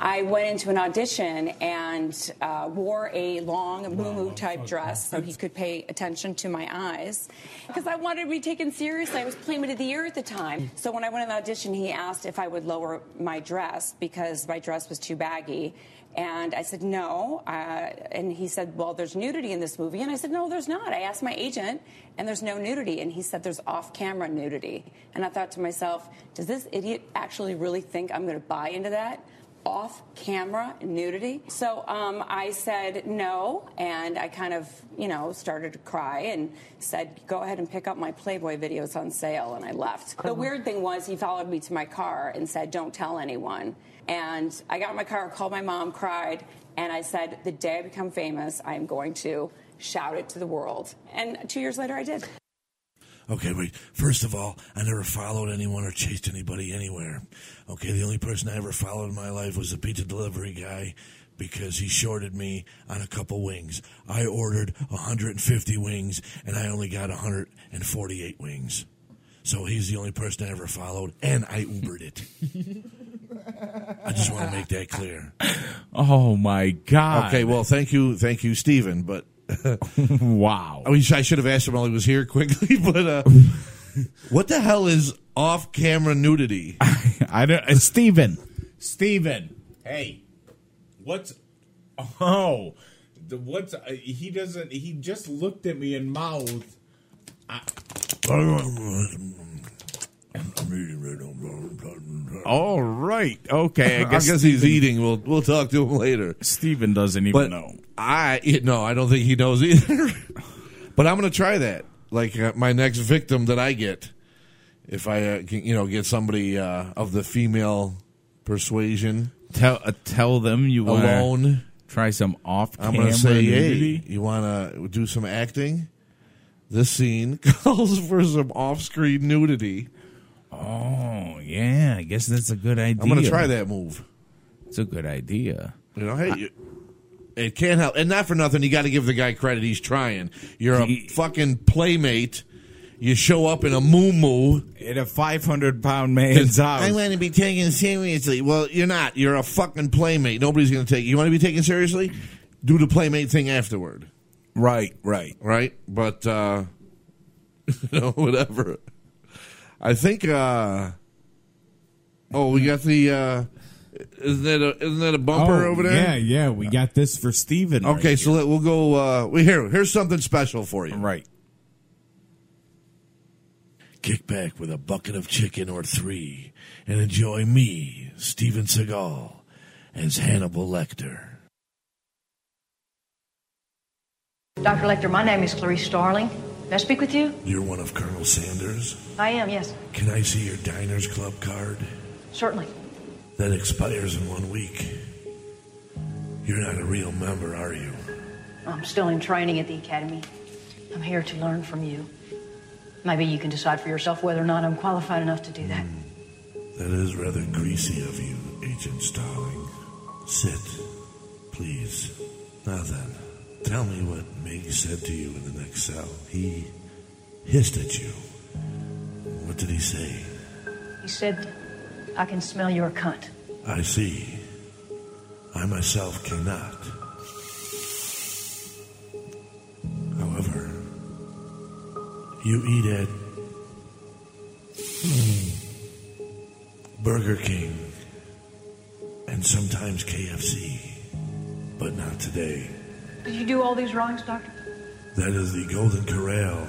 I went into an audition and uh, wore a long moo type dress so he could pay attention to my eyes because I wanted to be taken seriously. I was Playmate of the Year at the time. So when I went in the audition, he asked if I would lower my dress because my dress was too baggy. And I said, no. Uh, and he said, well, there's nudity in this movie. And I said, no, there's not. I asked my agent, and there's no nudity. And he said, there's off camera nudity. And I thought to myself, does this idiot actually really think I'm going to buy into that? off camera nudity. So um, I said no, and I kind of, you know, started to cry and said, go ahead and pick up my Playboy videos on sale, and I left. The weird thing was, he followed me to my car and said, don't tell anyone. And I got in my car, called my mom, cried, and I said, the day I become famous, I am going to shout it to the world. And two years later, I did. Okay, wait. First of all, I never followed anyone or chased anybody anywhere. Okay, the only person I ever followed in my life was the pizza delivery guy because he shorted me on a couple wings. I ordered 150 wings and I only got 148 wings. So he's the only person I ever followed and I Ubered it. I just want to make that clear. Oh my God. Okay, well, thank you, thank you, Steven. But wow, I, wish I should have asked him while he was here quickly. But uh, what the hell is off-camera nudity? I don't. Uh, Steven. Steven. Hey. What's. Oh. The, what's. Uh, he doesn't. He just looked at me and mouthed. All right. Okay. I guess, he's eating. We'll we'll talk to him later. Steven doesn't even But know. I you no, I don't think he knows either. but I'm gonna try that. Like uh, my next victim that I get, if I uh, can, you know get somebody uh, of the female persuasion, Tell uh, tell them you want Alone. Try some off I'm camera gonna say, nudity. hey, you wanna do some acting? This scene calls for some off-screen nudity. Oh yeah. I guess that's a good idea. I'm gonna try that move. It's a good idea. You know, hey. you- it can't help, and not for nothing. You got to give the guy credit; he's trying. You're a He- fucking playmate. You show up in a moo moo. In a 500 pound man's I house. want to be taken seriously. Well, you're not. You're a fucking playmate. Nobody's going to take you. You want to be taken seriously? Do the playmate thing afterward, Right. Right. right? But uh you know, whatever. I think. uh Oh, we got the. uh Isn't that a, isn't that a bumper Oh, over Yeah, there? yeah. We got this for Steven. right okay, so let, we'll go. uh We here. Here's something special for you. Right. Kick back with a bucket of chicken or three and enjoy me, Steven Seagal, as Hannibal Lecter. Dr. Lecter, my name is Clarice Starling. May I speak with you? You're one of Colonel Sanders. I am, yes. Can I see your Diners Club card? Certainly. that expires in one week. You're not a real member, are you? I'm still in training at the academy. I'm here to learn from you. Maybe you can decide for yourself whether or not I'm qualified enough to do that. That is rather greasy of you, Agent Starling. Sit, please. Now then, tell me what Mig said to you in the next cell. He hissed at you. What did he say? He said, I can smell your cunt. I see. I myself cannot. However, you eat at hmm, Burger King and sometimes KFC, but not today. Did you do all these wrongs, Doctor? That is the Golden Corral,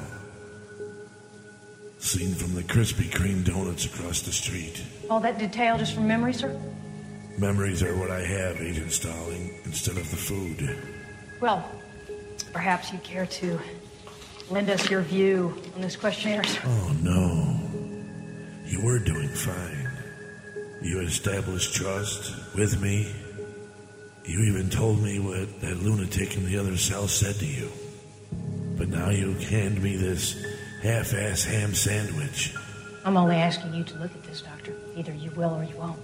seen from the Krispy Kreme donuts across the street. All that detail just from memory, sir? Memories are what I have, Agent Starling, instead of the food. Well, perhaps you care to lend us your view on this questionnaire, sir. Oh no. You were doing fine. You established trust with me. You even told me what that lunatic in the other cell said to you. But now you hand me this half ass ham sandwich. I'm only asking you to look at this, Doctor. Either you will or you won't.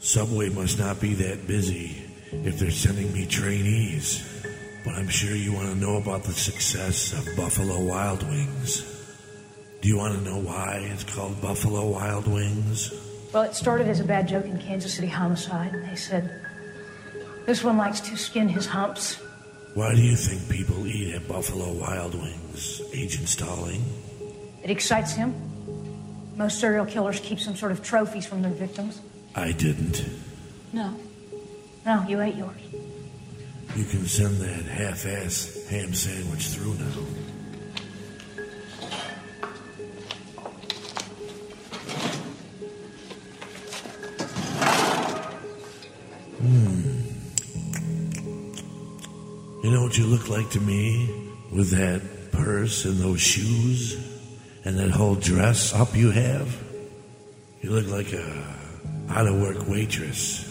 Subway must not be that busy if they're sending me trainees. But I'm sure you want to know about the success of Buffalo Wild Wings. Do you want to know why it's called Buffalo Wild Wings? Well, it started as a bad joke in Kansas City homicide, and they said, This one likes to skin his humps. Why do you think people eat at Buffalo Wild Wings, Agent Stalling? It excites him. Most serial killers keep some sort of trophies from their victims. I didn't. No. No, you ate yours. You can send that half ass ham sandwich through now. Hmm. You know what you look like to me? With that purse and those shoes and that whole dress up you have? You look like a out of work waitress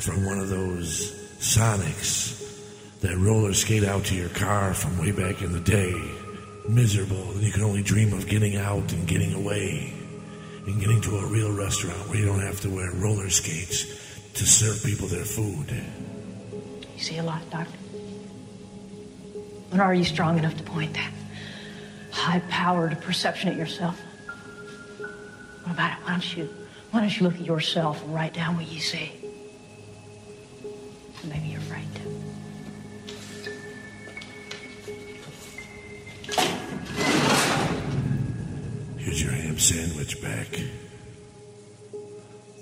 from one of those Sonics that roller skate out to your car from way back in the day. Miserable, and you can only dream of getting out and getting away and getting to a real restaurant where you don't have to wear roller skates to serve people their food. You see a lot, Doctor. And are you strong enough to point that high powered perception at yourself? What about it? Why don't you why don't you look at yourself and write down what you see? And maybe you're right. Here's your ham sandwich back.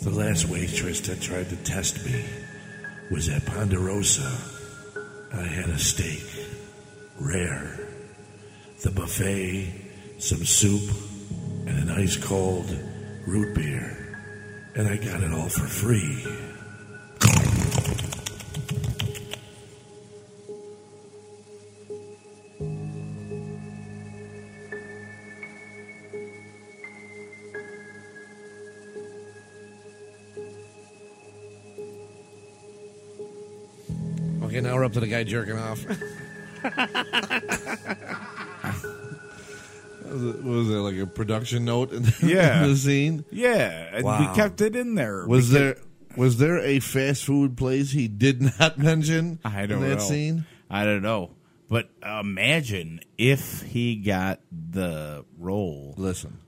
The last waitress that tried to test me was at Ponderosa. I had a steak, rare, the buffet, some soup, and an ice cold root beer. And I got it all for free. Okay, now we're up to the guy jerking off. was it, was there like a production note in the, Yeah. in the scene? Yeah, and we kept it in there. Was because- there was there a fast food place he did not mention I don't in that know. scene? I don't know. But imagine if he got the role. Listen,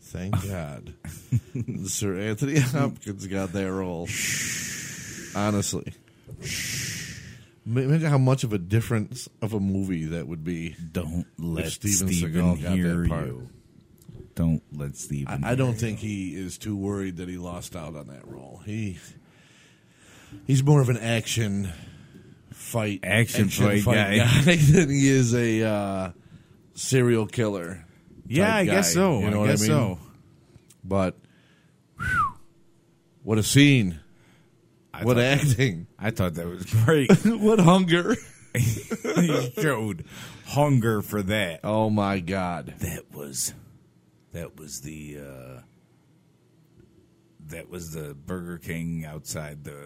thank God, Sir Anthony Hopkins got that role. Honestly, Ma- imagine how much of a difference of a movie that would be. Don't let if Steven, Seagal got that hear part. you. Don't let Steven. I, I don't think he is too worried that he lost out on that role. He he's more of an action fight Action fight guy. than he is a uh, serial killer. Yeah, type I guess guy. so. You know I what guess I mean? so. But whew, what a scene! I what thought- acting! I thought that was great. what hunger! he showed hunger for that. Oh my God! That was that was the uh that was the Burger King outside the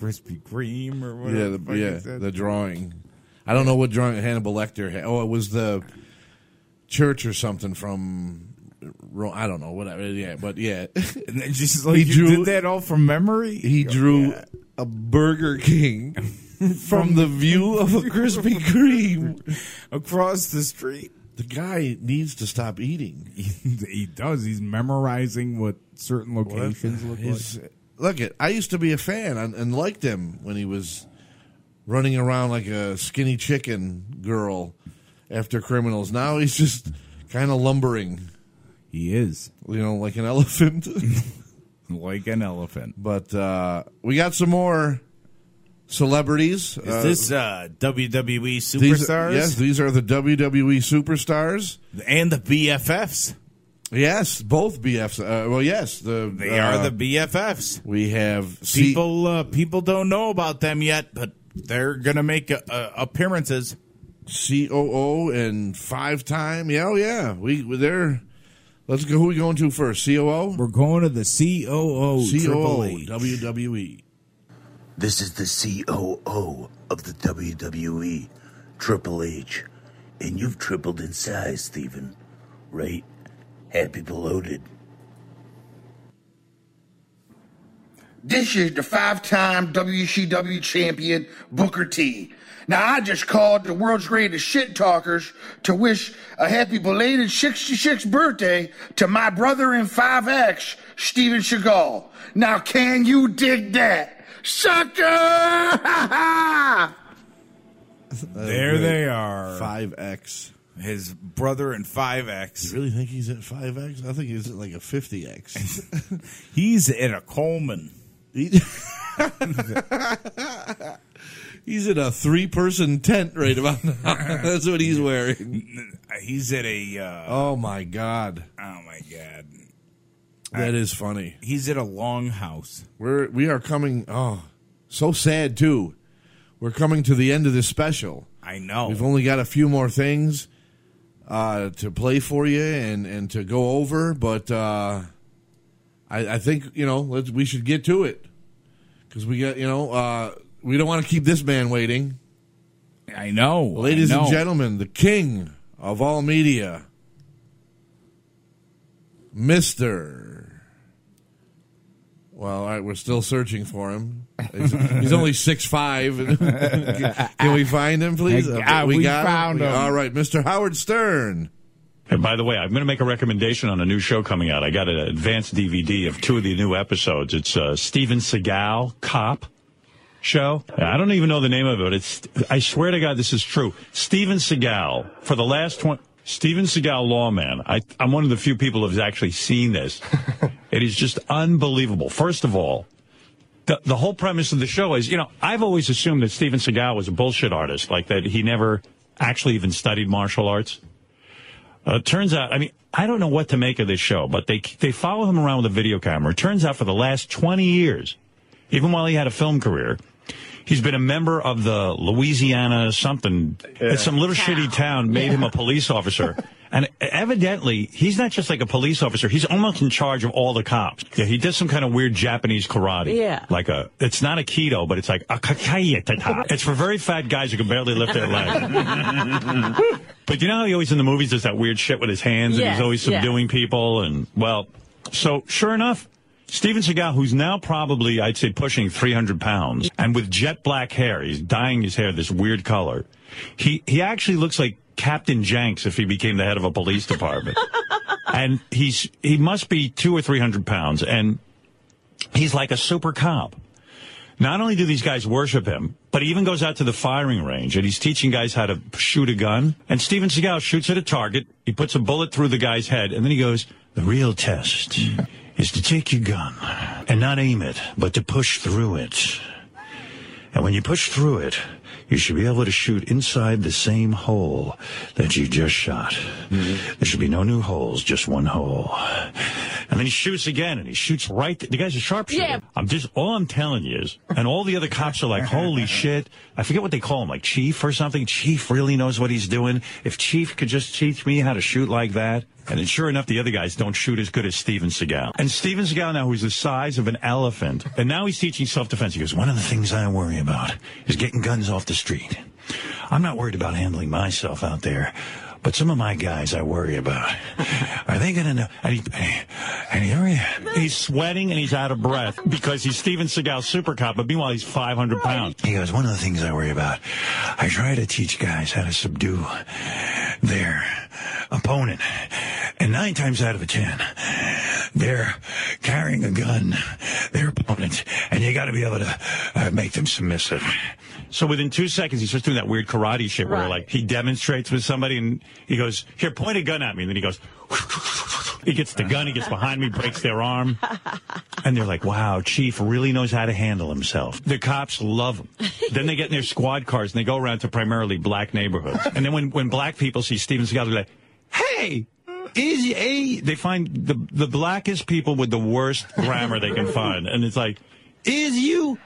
Krispy Kreme or whatever. yeah, the the, fuck yeah, is that? the drawing. I don't know what drawing Hannibal Lecter had. Oh, it was the church or something from. Ro- I don't know whatever. Yeah, but yeah, and then she's like, "You did that all from memory." He drew a Burger King from the view of a Krispy Kreme across the street. The guy needs to stop eating. he does. He's memorizing what certain locations look His- like. Look at. I used to be a fan and, and liked him when he was running around like a skinny chicken girl after criminals. Now he's just kind of lumbering. He is. You know, like an elephant. like an elephant. But uh, we got some more celebrities. Is this uh, WWE these- superstars? yes, these are the WWE superstars. and the BFFs. Yes, both BFs. Uh, well, yes, the They uh, are the BFFs. We have C- People uh, people don't know about them yet, but they're gonna make uh, uh, appearances. COO and five time. Yeah, oh yeah, we we- they're. Let's go. Who we going to first? COO. We're going to the COO. COO Triple H. WWE. This is the COO of the WWE, Triple H. And you've tripled in size, Stephen. Right? Happy bloated. This is the five time WCW champion Booker T. Now, I just called the world's greatest shit talkers to wish a happy belated 66th birthday to my brother in 5X, Steven Seagal. Now, can you dig that? Sucker! There they are. Uh, Five X. His brother and five X. You really think he's at five X? I think he's at like a fifty X. He's in a Coleman. he's in a three person tent right about now. That's what he's wearing. He's at a. Uh, Oh my god, oh my god. that is funny. He's at a longhouse. We're we are coming. Oh, so sad too. We're coming to the end of this special. I know. We've only got a few more things uh, to play for you and and to go over, but uh, I, I think you know let's, we should get to it because we got you know uh, we don't want to keep this man waiting. I know, ladies I know. and gentlemen, the king of all media, Mister. Well, all right, we're still searching for him. He's, he's only six five. Can we find him, please? Thank God we got found him. All right, Mr. Howard Stern. And by the way, I'm going to make a recommendation on a new show coming out. I got an advanced DVD of two of the new episodes. It's uh, Steven Seagal Cop show. I don't even know the name of it. It's I swear to God, this is true. Steven Seagal for the last twenty. Steven Seagal Lawman. I, I'm one of the few people who's actually seen this. it is just unbelievable. First of all, the, the whole premise of the show is, you know, I've always assumed that Steven Seagal was a bullshit artist, like that he never actually even studied martial arts. Uh, it turns out, I mean, I don't know what to make of this show, but they they follow him around with a video camera. It turns out for the last 20 years, even while he had a film career, he's been a member of the Louisiana something. It's some little shitty town made him a police officer. and evidently, he's not just like a police officer. He's almost in charge of all the cops. Yeah, he does some kind of weird Japanese karate. Yeah. Like a, it's not a keto, but it's like a kakayatata. it's for very fat guys who can barely lift their leg. But you know how he always in the movies does that weird shit with his hands and Yes, he's always yes. subduing people and well, so sure enough, Steven Seagal, who's now probably I'd say pushing 300 pounds and with jet black hair, he's dyeing his hair this weird color. He he actually looks like Captain Jenks if he became the head of a police department. and he's he must be two or 300 pounds and he's like a super cop. Not only do these guys worship him, but he even goes out to the firing range and he's teaching guys how to shoot a gun. And Steven Seagal shoots at a target. He puts a bullet through the guy's head and then he goes, the real test is to take your gun and not aim it, but to push through it. And when you push through it, you should be able to shoot inside the same hole that you just shot. There should be no new holes, just one hole. And then he shoots again, and he shoots right. th- the guy's a sharpshooter. Yeah. I'm just all I'm telling you is, and all the other cops are like, "Holy shit!" I forget what they call him, like Chief or something. Chief really knows what he's doing. If Chief could just teach me how to shoot like that, and then sure enough, the other guys don't shoot as good as Steven Seagal. And Steven Seagal now, who's the size of an elephant, and now he's teaching self-defense. He goes, "One of the things I worry about is getting guns off the street. I'm not worried about handling myself out there." But some of my guys I worry about. Are they going to know? And he, and he already, he's sweating and he's out of breath because he's Steven Seagal super cop, but meanwhile he's 500 pounds. He goes, one of the things I worry about, I try to teach guys how to subdue their opponent. And nine times out of a ten, they're carrying a gun, their opponent, and you got to be able to uh, make them submissive. So within two seconds, he's just doing that weird karate shit where like he demonstrates with somebody and he goes, "Here, point a gun at me," and then he goes. He gets the gun, he gets behind me, breaks their arm. And they're like, wow, Chief really knows how to handle himself. The cops love him. then they get in their squad cars and they go around to primarily black neighborhoods. And then when, when black people see Steven Seagal, they're like, hey, is a they find the the blackest people with the worst grammar they can find, and it's like, is you,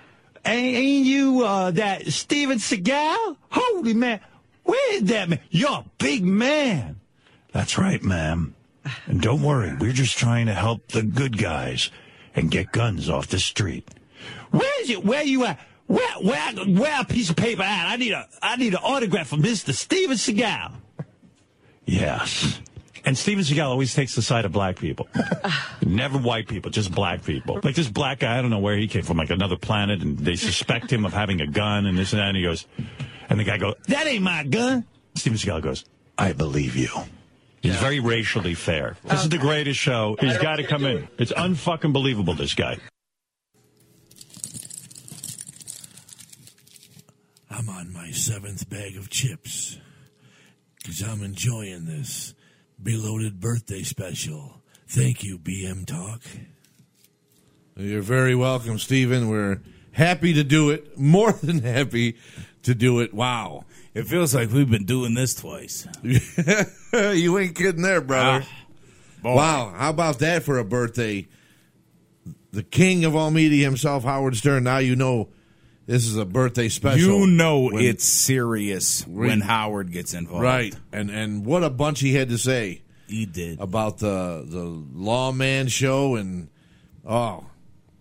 ain't, ain't you uh, that Steven Seagal? Holy man, where is that man? You're a big man. That's right, ma'am. And don't worry, we're just trying to help the good guys and get guns off the street. Where's you? Where you at? Where where where a piece of paper at? I need a I need an autograph from Mister Steven Seagal. Yes. And Steven Seagal always takes the side of black people. Never white people, just black people. Like this black guy, I don't know where he came from, like another planet, and they suspect him of having a gun and this and that. And he goes, and the guy goes, That ain't my gun. Steven Seagal goes, I believe you. He's very racially fair. This is the greatest show. He's got to come in. It's unfucking believable, this guy. I'm on my seventh bag of chips because I'm enjoying this Beloaded birthday special. Thank you, BM Talk. You're very welcome, Steven. We're happy to do it. More than happy to do it. Wow. It feels like we've been doing this twice. Ah, you ain't kidding there, brother. boy. wow. How about that for a birthday? The king of all media himself, Howard Stern. Now you know this is a birthday special. You know When- it's serious Re- when Howard gets involved. Right, and and what a bunch he had to say. He did about the the lawman show, and oh,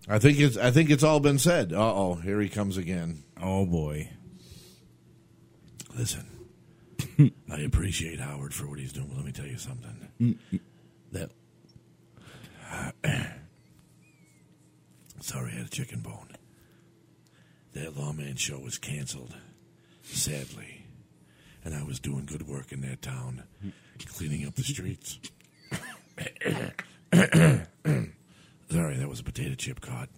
I think it's I think it's all been said. Uh oh, here he comes again. Oh boy, Listen, I appreciate Howard for what he's doing, but let me tell you something. Mm, That. sorry, I had a chicken bone. That lawman show was canceled, sadly. And I was doing good work in that town, cleaning up the streets. sorry, that was a potato chip caught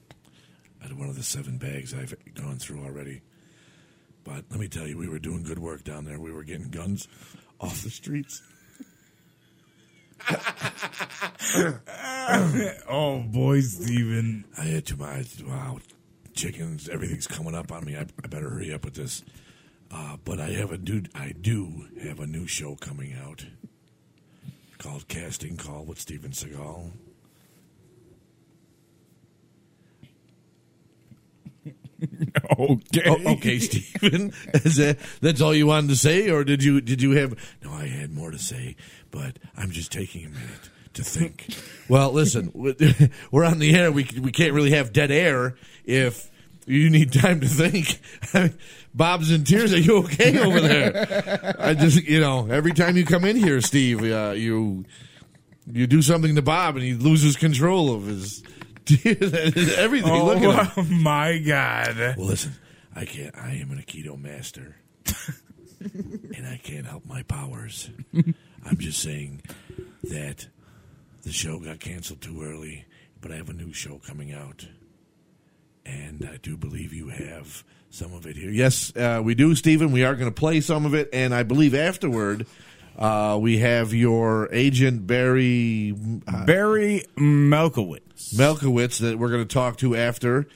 out of one of the seven bags I've gone through already. But let me tell you, we were doing good work down there. We were getting guns off the streets. oh boy, Steven. I had too much. Wow, chickens, everything's coming up on me. I, I better hurry up with this. Uh, but I have a new, I do have a new show coming out called Casting Call with Steven Seagal. Okay. Oh, okay, Stephen. Is that, that's all you wanted to say, or did you did you have? No, I had more to say, but I'm just taking a minute to think. Well, listen, we're on the air. We we can't really have dead air if you need time to think. Bob's in tears. Are you okay over there? I just you know every time you come in here, Steve, uh, you you do something to Bob and he loses control of his everything. Oh, Look at him. my God. Well, listen, I can't. I am an Aikido master, and I can't help my powers. I'm just saying that the show got canceled too early, but I have a new show coming out, and I do believe you have some of it here. Yes, uh, we do, Stephen. We are going to play some of it, and I believe afterward uh, we have your agent Barry Barry Melkowitz. Melkowitz that we're going to talk to after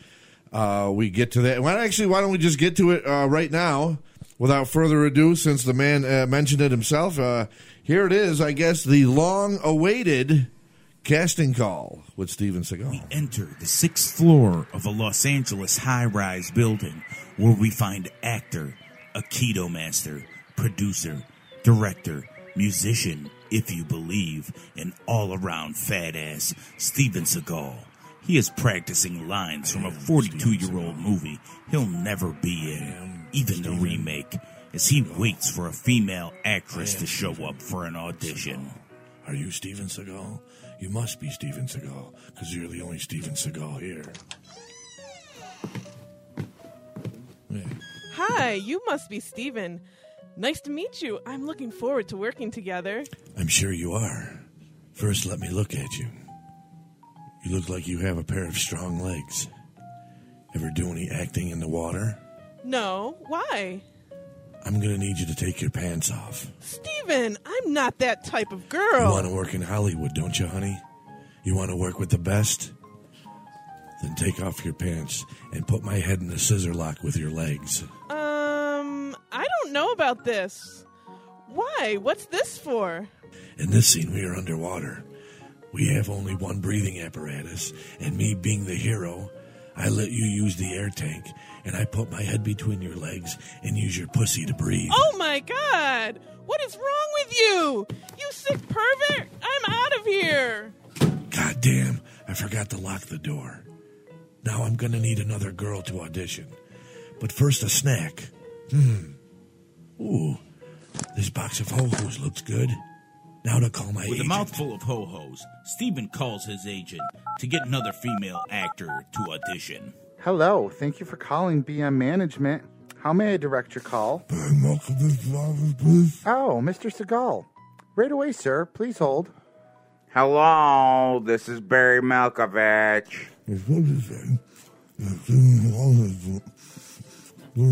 uh, we get to that. Why don't, actually? Why don't we just get to it uh, right now without further ado? Since the man uh, mentioned it himself, uh, here it is. I guess the long-awaited Casting Call with Steven Seagal. Enter the sixth floor of a Los Angeles high rise building where we find actor, Aikido master, producer, director, musician, if you believe, and all around fat ass Steven Seagal. He is practicing lines from a 42 year old movie he'll never be in, even the remake, as he waits for a female actress to show up for an audition. Are you Steven Seagal? You must be Steven Seagal, because you're the only Steven Seagal here. Hi, you must be Steven. Nice to meet you. I'm looking forward to working together. I'm sure you are. First, let me look at you. You look like you have a pair of strong legs. Ever do any acting in the water? No, why? I'm gonna need you to take your pants off. Steven, I'm not that type of You girl. want to work in Hollywood, don't you, honey? You want to work with the best? Then take off your pants and put my head in the scissor lock with your legs. Um, I don't know about this. Why? What's this for? In this scene, we are underwater. We have only one breathing apparatus, and me being the hero, I let you use the air tank, and I put my head between your legs and use your pussy to breathe. Oh my god! What is wrong with you? You sick pervert! I'm out of here! God damn, I forgot to lock the door. Now I'm gonna need another girl to audition. But first, a snack. Hmm. Ooh, this box of ho hos looks good. Now to call my With a agent. mouthful of ho hos, Steven calls his agent to get another female actor to audition. Hello, thank you for calling BM Management. How may I direct your call? Oh, Mr. Segal. Right away, sir. Please hold. Hello, this is Barry Malkovich.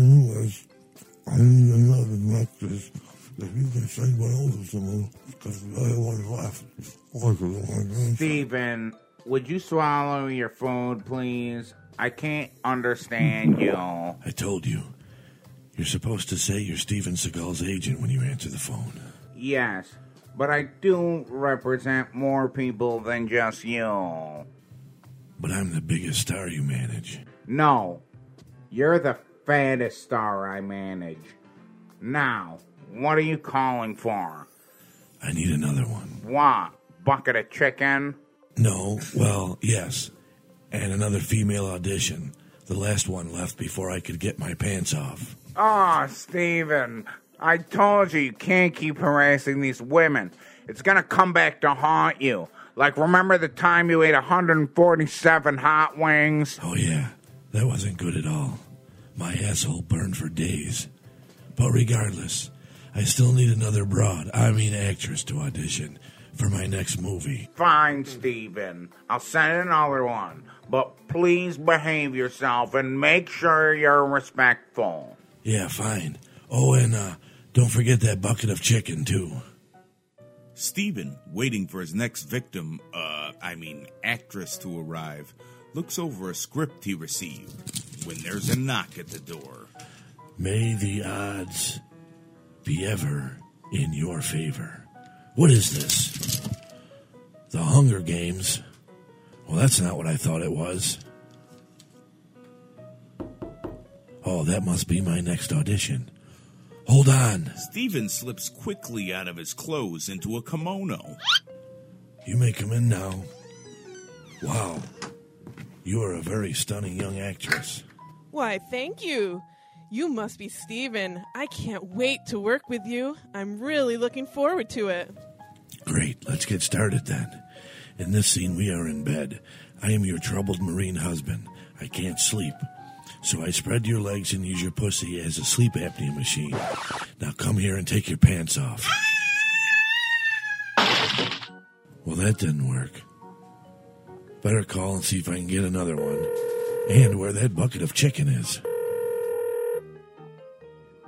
I need another breakfast. If you can send one over to me, because the other one left. Steven, would you swallow your food, please? I can't understand you. I told you. You're supposed to say you're Steven Seagal's agent when you answer the phone. Yes, but I do represent more people than just you. But I'm the biggest star you manage. No, you're the fattest star I manage. Now, what are you calling for? I need another one. What? Bucket of chicken? No, well, yes. And another female audition. The last one left before I could get my pants off. Oh, Steven, I told you you can't keep harassing these women. It's gonna come back to haunt you. Like, remember the time you ate 147 hot wings? Oh, yeah. That wasn't good at all. My asshole burned for days. But regardless, I still need another broad, I mean actress, to audition for my next movie. Fine, Steven. I'll send another one. But please behave yourself and make sure you're respectful. Yeah, fine. Oh, and uh, don't forget that bucket of chicken, too. Steven, waiting for his next victim, uh, I mean actress to arrive, looks over a script he received when there's a knock at the door. May the odds be ever in your favor. What is this? The Hunger Games? Well, that's not what I thought it was. Oh, that must be my next audition. Hold on. Steven slips quickly out of his clothes into a kimono. You may come in now. Wow. You are a very stunning young actress. Why, thank you. You must be Steven. I can't wait to work with you. I'm really looking forward to it. Great, let's get started then. In this scene, we are in bed. I am your troubled marine husband. I can't sleep. So I spread your legs and use your pussy as a sleep apnea machine. Now come here and take your pants off. Well, that didn't work. Better call and see if I can get another one. And where that bucket of chicken is.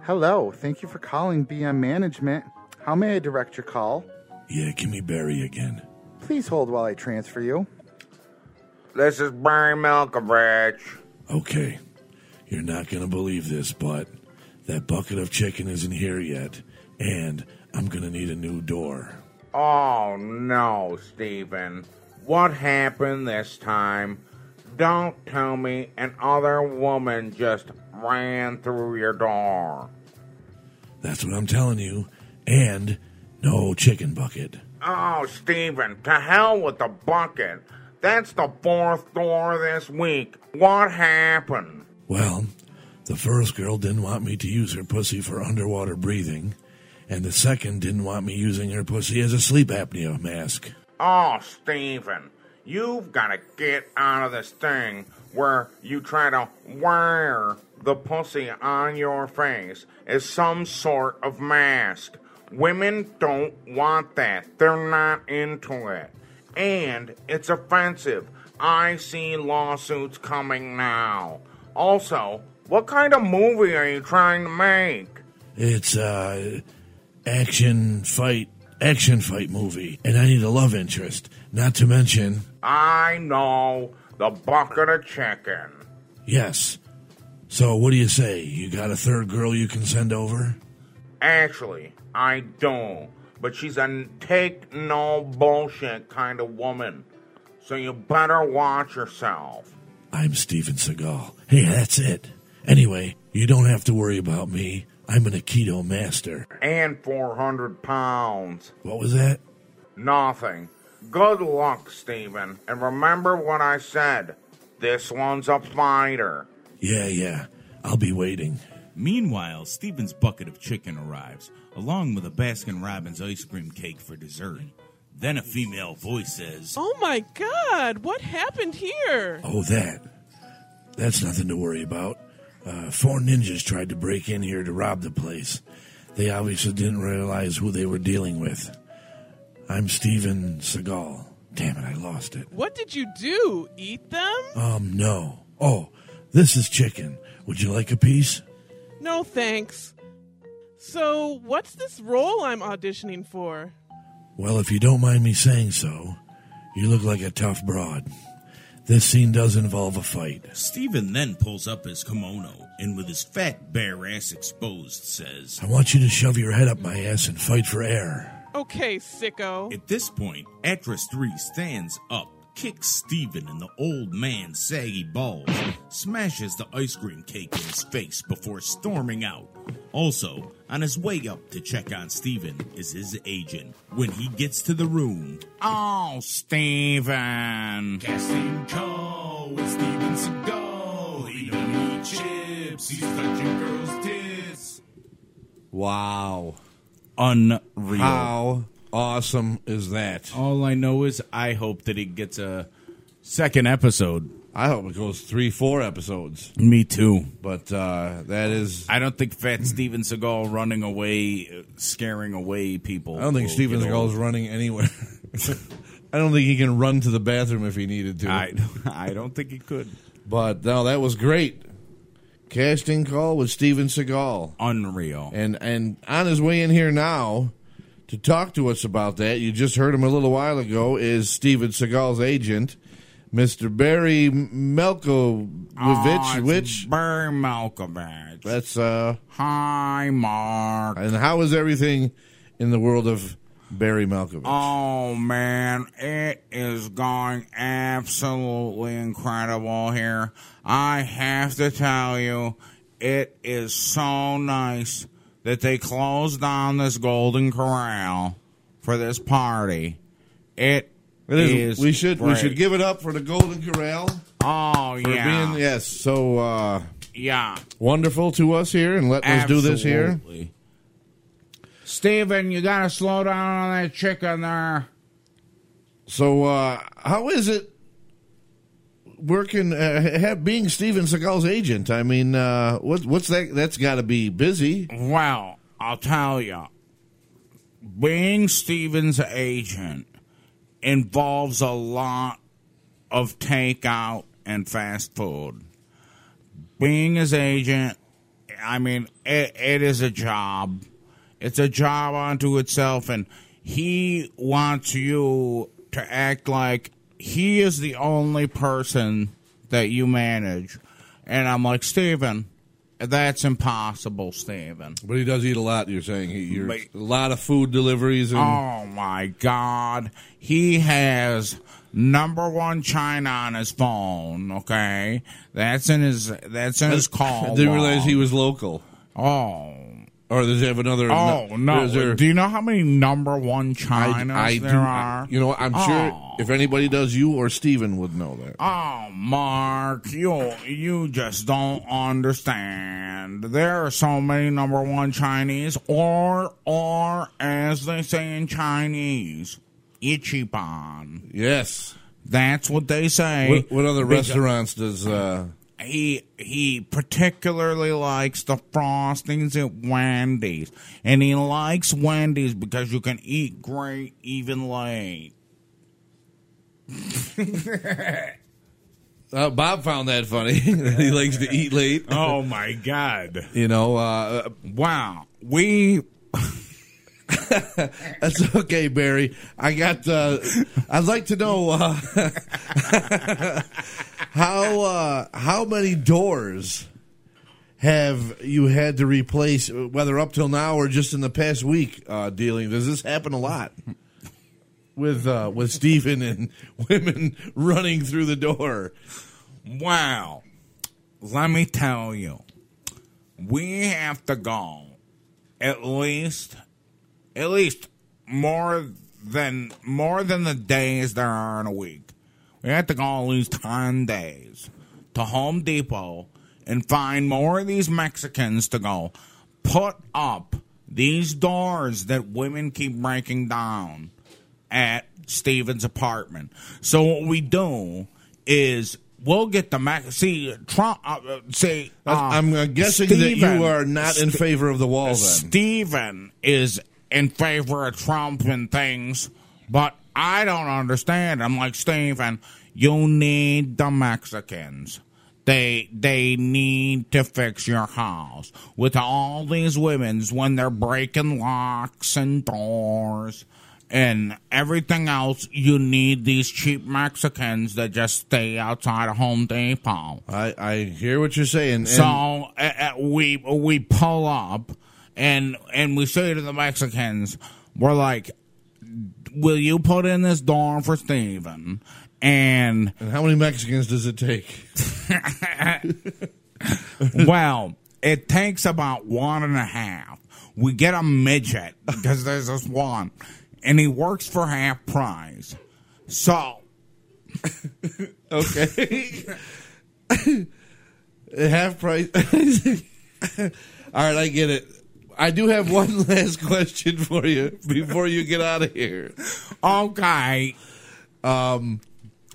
Hello, thank you for calling BM Management. How may I direct your call? Yeah, give me Barry again. Please hold while I transfer you. This is Barry Malkovich. Okay, you're not going to believe this, but that bucket of chicken isn't here yet, and I'm going to need a new door. Oh no, Steven. What happened this time? Don't tell me another woman just ran through your door. That's what I'm telling you. And no chicken bucket. Oh, Steven, to hell with the bucket. That's the fourth door this week. What happened? Well, the first girl didn't want me to use her pussy for underwater breathing, and the second didn't want me using her pussy as a sleep apnea mask. Oh, Steven, you've got to get out of this thing where you try to wear the pussy on your face as some sort of mask. Women don't want that, they're not into it. And it's offensive. I see lawsuits coming now. Also, what kind of movie are you trying to make? It's uh action fight action fight movie, and I need a love interest. Not to mention, I know the bucket of chicken. yes. So what do you say? You got a third girl you can send over? Actually, I don't. But she's a take no bullshit kind of woman. So you better watch yourself. I'm Steven Seagal. Hey, that's it. Anyway, you don't have to worry about me. I'm an Aikido master. And 400 pounds. What was that? Nothing. Good luck, Steven. And remember what I said. This one's a fighter. Yeah, yeah. I'll be waiting. Meanwhile, Steven's bucket of chicken arrives, along with a Baskin Robbins ice cream cake for dessert. Then a female voice says, Oh my god, what happened here? Oh, that. That's nothing to worry about. Uh, four ninjas tried to break in here to rob the place. They obviously didn't realize who they were dealing with. I'm Steven Seagal. Damn it, I lost it. What did you do? Eat them? Um, no. Oh, this is chicken. Would you like a piece? No thanks. So, what's this role I'm auditioning for? Well, if you don't mind me saying so, you look like a tough broad. This scene does involve a fight. Steven then pulls up his kimono and, with his fat bare ass exposed, says, I want you to shove your head up my ass and fight for air. Okay, sicko. At this point, Actress 3 stands up, kicks Steven in the old man's saggy balls, smashes the ice cream cake in his face before storming out. Also, on his way up to check on Steven is his agent. When he gets to the room, Oh, Steven. Casting call with Steven Seagal. He don't eat chips. He's touching girls' tits. Wow. Unreal. How awesome is that? All I know is I hope that he gets a second episode. I hope it goes three, four episodes. Me too. But uh, that is. I don't think Fat Steven Seagal running away, uh, scaring away people. I don't think will Steven get Seagal old. is running anywhere. I don't think he can run to the bathroom if he needed to. I, I don't think he could. But no, that was great. Casting call with Steven Seagal. Unreal. And and on his way in here now to talk to us about that, you just heard him a little while ago, is Steven Seagal's agent, Mr. Barry Melkovich, Ah, Oh, it's which Barry Malkovich. that's uh Hi, Mark. and how is everything in the world of Barry Malkovich? Oh man, it is going absolutely incredible here. I have to tell you, it is so nice that they closed down this Golden Corral for this party. It, It is- we should we great. should give it up for the Golden Corral Oh for yeah, being yes, so uh yeah. wonderful to us here and letting us do this here. Absolutely. Steven, you gotta slow down on that chicken there. So, uh, how is it working? Uh, ha being Steven Seagal's agent. I mean, uh, what, what's that? That's got to be busy. Well, I'll tell you, being Steven's agent involves a lot of takeout and fast food. Being his agent, I mean, it, it is a job. It's a job unto itself, and he wants you to act like he is the only person that you manage. And I'm like, Steven, That's impossible, Steven. But he does eat a lot. You're saying he, you're a lot of food deliveries. And Oh my God. He has number one China on his phone, okay? That's in his that's in his call. I didn't log. realize he was local. Oh. Or does he have another? Oh no! is there- Do you know how many number one Chinas there do- are? you know, what? I'm Oh. sure if anybody does, you or Steven would know that. Oh, Mark, you you just don't understand. There are so many number one Chinese, or or as they say in Chinese, ichiban. Yes, that's what they say. What, what other Because- restaurants does? Uh, he he particularly likes the frostings at Wendy's, and he likes Wendy's because you can eat great even late. uh, Bob found that funny. he likes to eat late. Oh my god! You know, uh, wow. We That's okay, Barry. I got uh I'd like to know uh how uh how many doors have you had to replace whether up till now or just in the past week uh dealing does this happen a lot with uh with Stephen and women running through the door Wow. Let me tell you, we have to go at least, at least more than more than the days there are in a week. We have to go at least ten days to Home Depot and find more of these Mexicans to go put up these doors that women keep breaking down at Steven's apartment. So what we do is we'll get the Mac. See, Trump. Uh, uh, see, uh, I'm uh, guessing that Steven- you are not in Ste- favor of the wall then Steven is in favor of Trump and things, but I don't understand. I'm like Steven, you need the Mexicans. They they need to fix your house with all these women's when they're breaking locks and doors and everything else. You need these cheap Mexicans that just stay outside of Home Depot. I I hear what you're saying and- So uh, uh, we we pull up and and we say to the Mexicans, we're like, "Will you put in this door for Steven?" And and how many Mexicans does it take? well, it takes about one and a half. We get a midget because there's this one, and he works for half price. So Okay. Half price. All right, I get it. I do have one last question for you before you get out of here. Okay. Um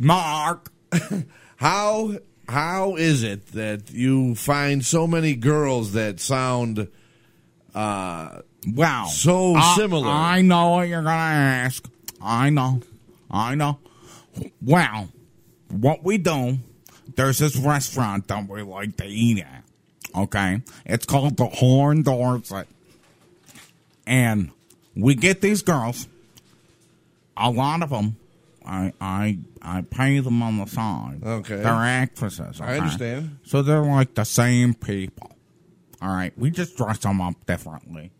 Mark, how how is it that you find so many girls that sound uh wow Uh, so I- similar? I know what you're gonna ask. I know. I know. Well, what we do, there's this restaurant that we like to eat at. Okay? It's called the Horn Dorset. And we get these girls, a lot of them. I I I pay them on the side. Okay. They're actresses. I okay? understand. So they're like the same people. All right. We just dress them up differently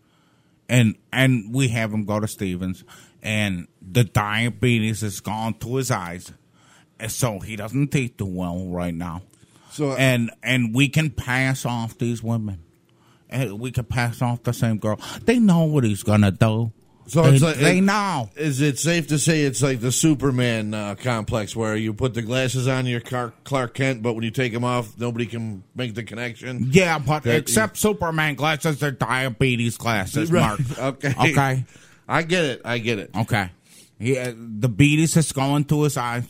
and and we have him go to Stevens, and the diabetes has gone to his eyes, and so he doesn't eat too well right now. So uh, and and we can pass off these women, and we can pass off the same girl. They know what he's gonna do. So they, it's like they it- know. Is it safe to say it's like the Superman uh, complex where you put the glasses on your Clark Clark Kent, but when you take them off, nobody can make the connection? Yeah, but That- except Superman glasses, they're diabetes glasses, Right. Mark. Okay. Okay. I get it. I get it. Okay. He, uh, the beatus is going to his eyes.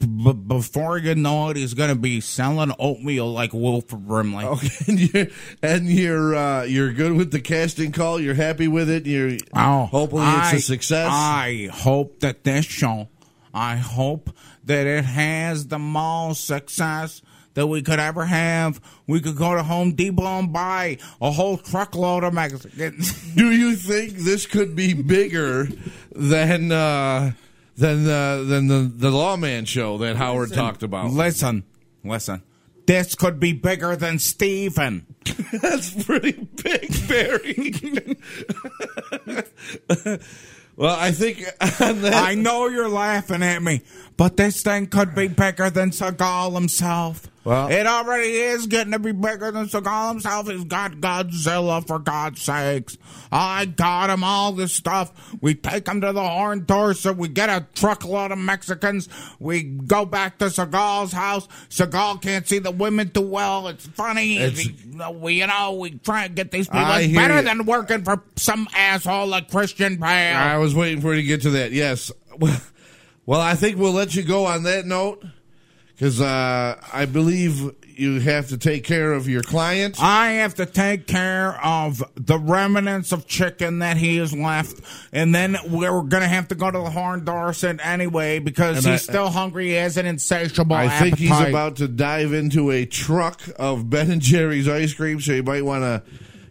B- before you know it, he's going to be selling oatmeal like Wolf Brimley. Okay. and you're and you're uh, you're good with the casting call. You're happy with it. You Oh, hopefully I- it's a success. I hope that this show, I hope that it has the most success that we could ever have. We could go to Home Depot and buy a whole truckload of Mexicans. Do you think this could be bigger than uh, than the than the the lawman show that Howard talked about? Listen, listen. This could be bigger than Steven. That's pretty big, Barry. well, I think on that. I know you're laughing at me, but this thing could be bigger than Seagal himself. Well- it already is getting to be bigger than Seagal himself. He's got Godzilla, for God's sakes. I got him all this stuff. We take him to the horn torso. We get a truckload of Mexicans. We go back to Seagal's house. Seagal can't see the women too well. It's funny. It's- we, you know, we try and get these people. I It's hear better you. than working for some asshole like Christian Bale. I was waiting for you to get to that. Yes. Well, I think we'll let you go on that note because uh, I believe you have to take care of your client. I have to take care of the remnants of chicken that he has left, and then we're gonna have to go to the Horn Dorset anyway because And he's I- still hungry. He has an insatiable I appetite. think he's about to dive into a truck of Ben and Jerry's ice cream, so you might want to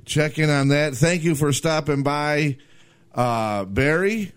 check in on that. Thank you for stopping by, uh, Barry.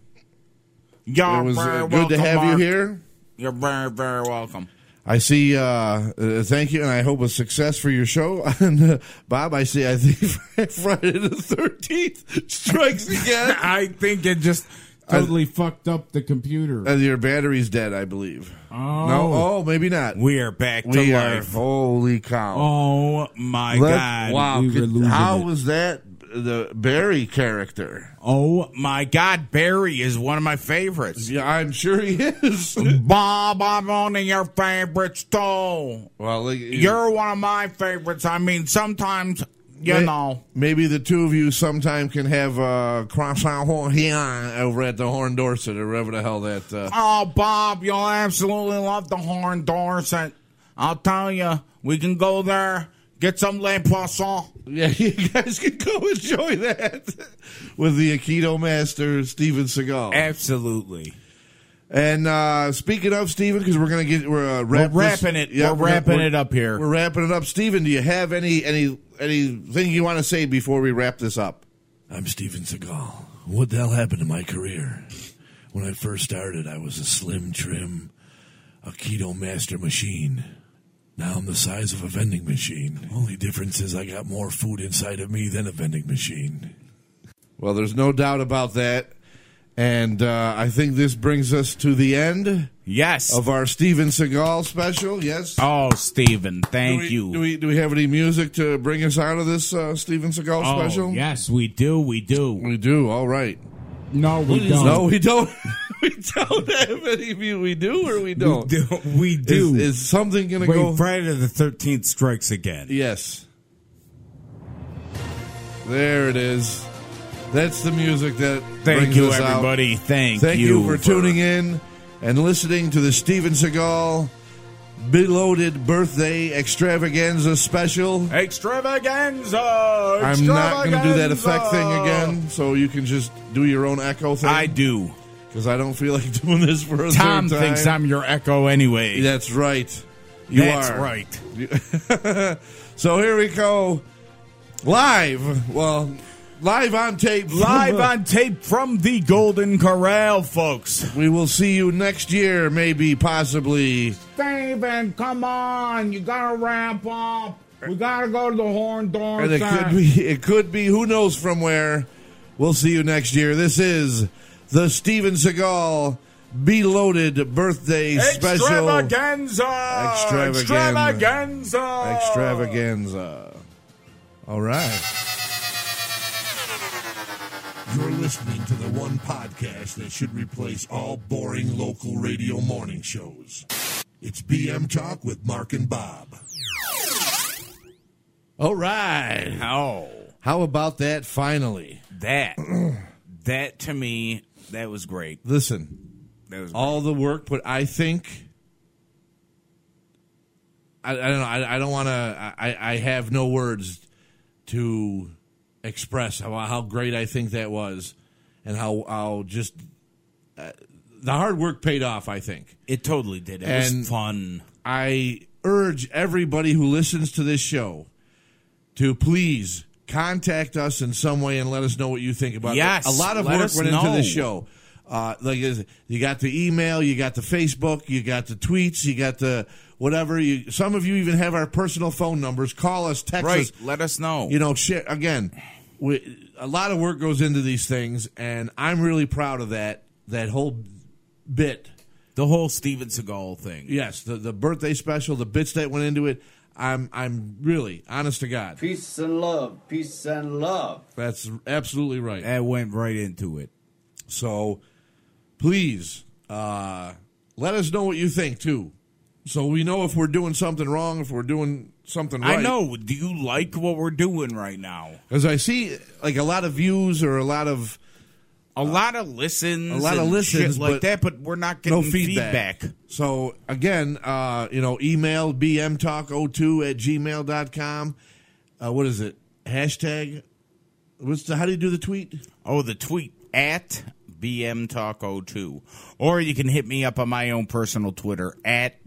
You're it was very uh, good to welcome, have Mark. you here. You're very, very welcome. I see. Uh, uh, thank you, and I hope a success for your show. and uh, Bob, I see. I think Friday the Thirteenth strikes again. I think it just totally fucked up the computer. And your battery's dead, I believe. Oh. No, oh, maybe not. We are back to we are. life. Holy cow! Oh my Let- god! Wow! we were could- losing how it. was that the Barry character? Oh my God, Barry is one of my favorites. Yeah, I'm sure he is. Bob, I'm one of your favorites too. Well, like, You're one of my favorites. I mean, sometimes you may- know. Maybe the two of you sometime can have uh, croissant over at the Horn Dorset or wherever the hell that. Uh, Oh, Bob, you'll absolutely love the Horn Dorset. I'll tell you, we can go there, get some Le Poisson. Yeah, you guys can go enjoy that with the Aikido master Steven Seagal. Absolutely. And uh, speaking of Steven, because we're gonna get we're, uh, wrap We're this- wrapping it- Yeah, we're wrapping it up here. We're wrapping it up. Steven, do you have any any anything you want to say before we wrap this up? I'm Steven Seagal. What the hell happened to my career? When I first started, I was a slim, trim, a keto master machine. Now I'm the size of a vending machine. Only difference is I got more food inside of me than a vending machine. Well, there's no doubt about that. And uh, I think this brings us to the end. Yes. Of our Steven Seagal special. Yes. Oh, Steven, thank Do we- you. Do we do we have any music to bring us out of this uh, Steven Seagal oh, special? yes, we do. We do. We do. All right. No, we don't. No, we don't. we don't have any. mu- We do or we don't. do. We do. Is, is something going to Wait, go? Friday the 13th strikes again. yes. There it is. That's the music that. Thank brings you, us out. everybody. Thank, Thank you, for, for tuning in and listening to the Steven Seagal Beloaded Birthday Extravaganza Special. Extravaganza! I'm not going to do that effect thing extravaganza. again, so you can just do your own echo thing. I do. because I don't feel like doing this for a Tom third time. thinks I'm your echo anyway. That's right. You That's are. right. You- so here we go. Live. Well, live on tape. Live on tape from the Golden Corral, folks. We will see you next year, maybe, possibly. Steven, come on. You gotta wrap up. We gotta go to the horn door. And it could be it could be who knows from where. We'll see you next year. This is the Steven Seagal Beloaded Birthday Special Extravaganza! Extravaganza. Extravaganza! Extravaganza. All right. You're listening to the one podcast that should replace all boring local radio morning shows. It's BM Talk with Mark and Bob. All right. How? How about that finally? That. that to me, that was great. Listen, That was all the work, but I think I, I don't know. I, I don't want to. I, I have no words to express how, how great I think that was, and how how just uh, the hard work paid off. I think. It totally did. It And- was fun. I urge everybody who listens to this show to please contact us in some way and let us know what you think about it. Yes, A lot of let work us went into know. this show. Uh, like is- you got the email, you got the Facebook, you got the tweets, you got the whatever. You some of you even have our personal phone numbers. Call us, text Right, us, let us know. You know, shit. Again, we, a lot of work goes into these things, and I'm really proud of that. That whole bit, the whole Steven Seagal thing. Yes, the the birthday special, the bits that went into it. I'm I'm really honest to God. Peace and love. Peace and love. That's absolutely right. That went right into it. So please uh, let us know what you think too. So we know if we're doing something wrong, if we're doing something right. I know. Do you like what we're doing right now? Because I see like a lot of views or a lot of A lot of listens, a lot of and listens shit like but that, but we're not getting no feedback. So again, uh, you know, email bmtalk02 at gmail.com. Uh, what is it? Hashtag. What's the, how do you do the tweet? Oh, the tweet at BM Talk 02. Or you can hit me up on my own personal Twitter at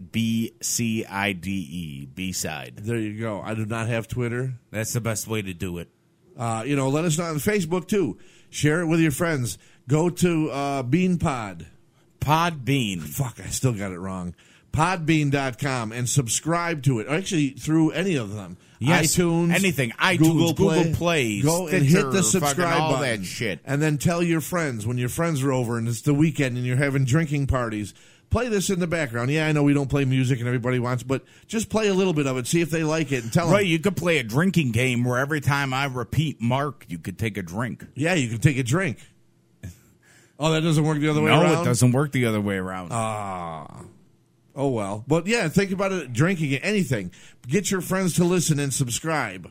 BCIDE, E, B side. There you go. I do not have Twitter. That's the best way to do it. Uh, you know, let us know on Facebook too. Share it with your friends. Go to uh, Bean Pod. Pod Bean. Fuck, I still got it wrong. Podbean.com and subscribe to it. Actually, through any of them. Yes, iTunes. anything. iTunes, Google Play, Go and hit Stitcher, fucking the subscribe all button. that shit. And then tell your friends when your friends are over and it's the weekend and you're having drinking parties. Play this in the background. Yeah, I know we don't play music and everybody wants, but just play a little bit of it. See if they like it and tell Right, them. you could play a drinking game where every time I repeat Mark, you could take a drink. Yeah, you can take a drink. Oh, that doesn't work the other way no, around? it doesn't work the other way around. Ah. Oh well. But yeah, think about it drinking it, anything. Get your friends to listen and subscribe.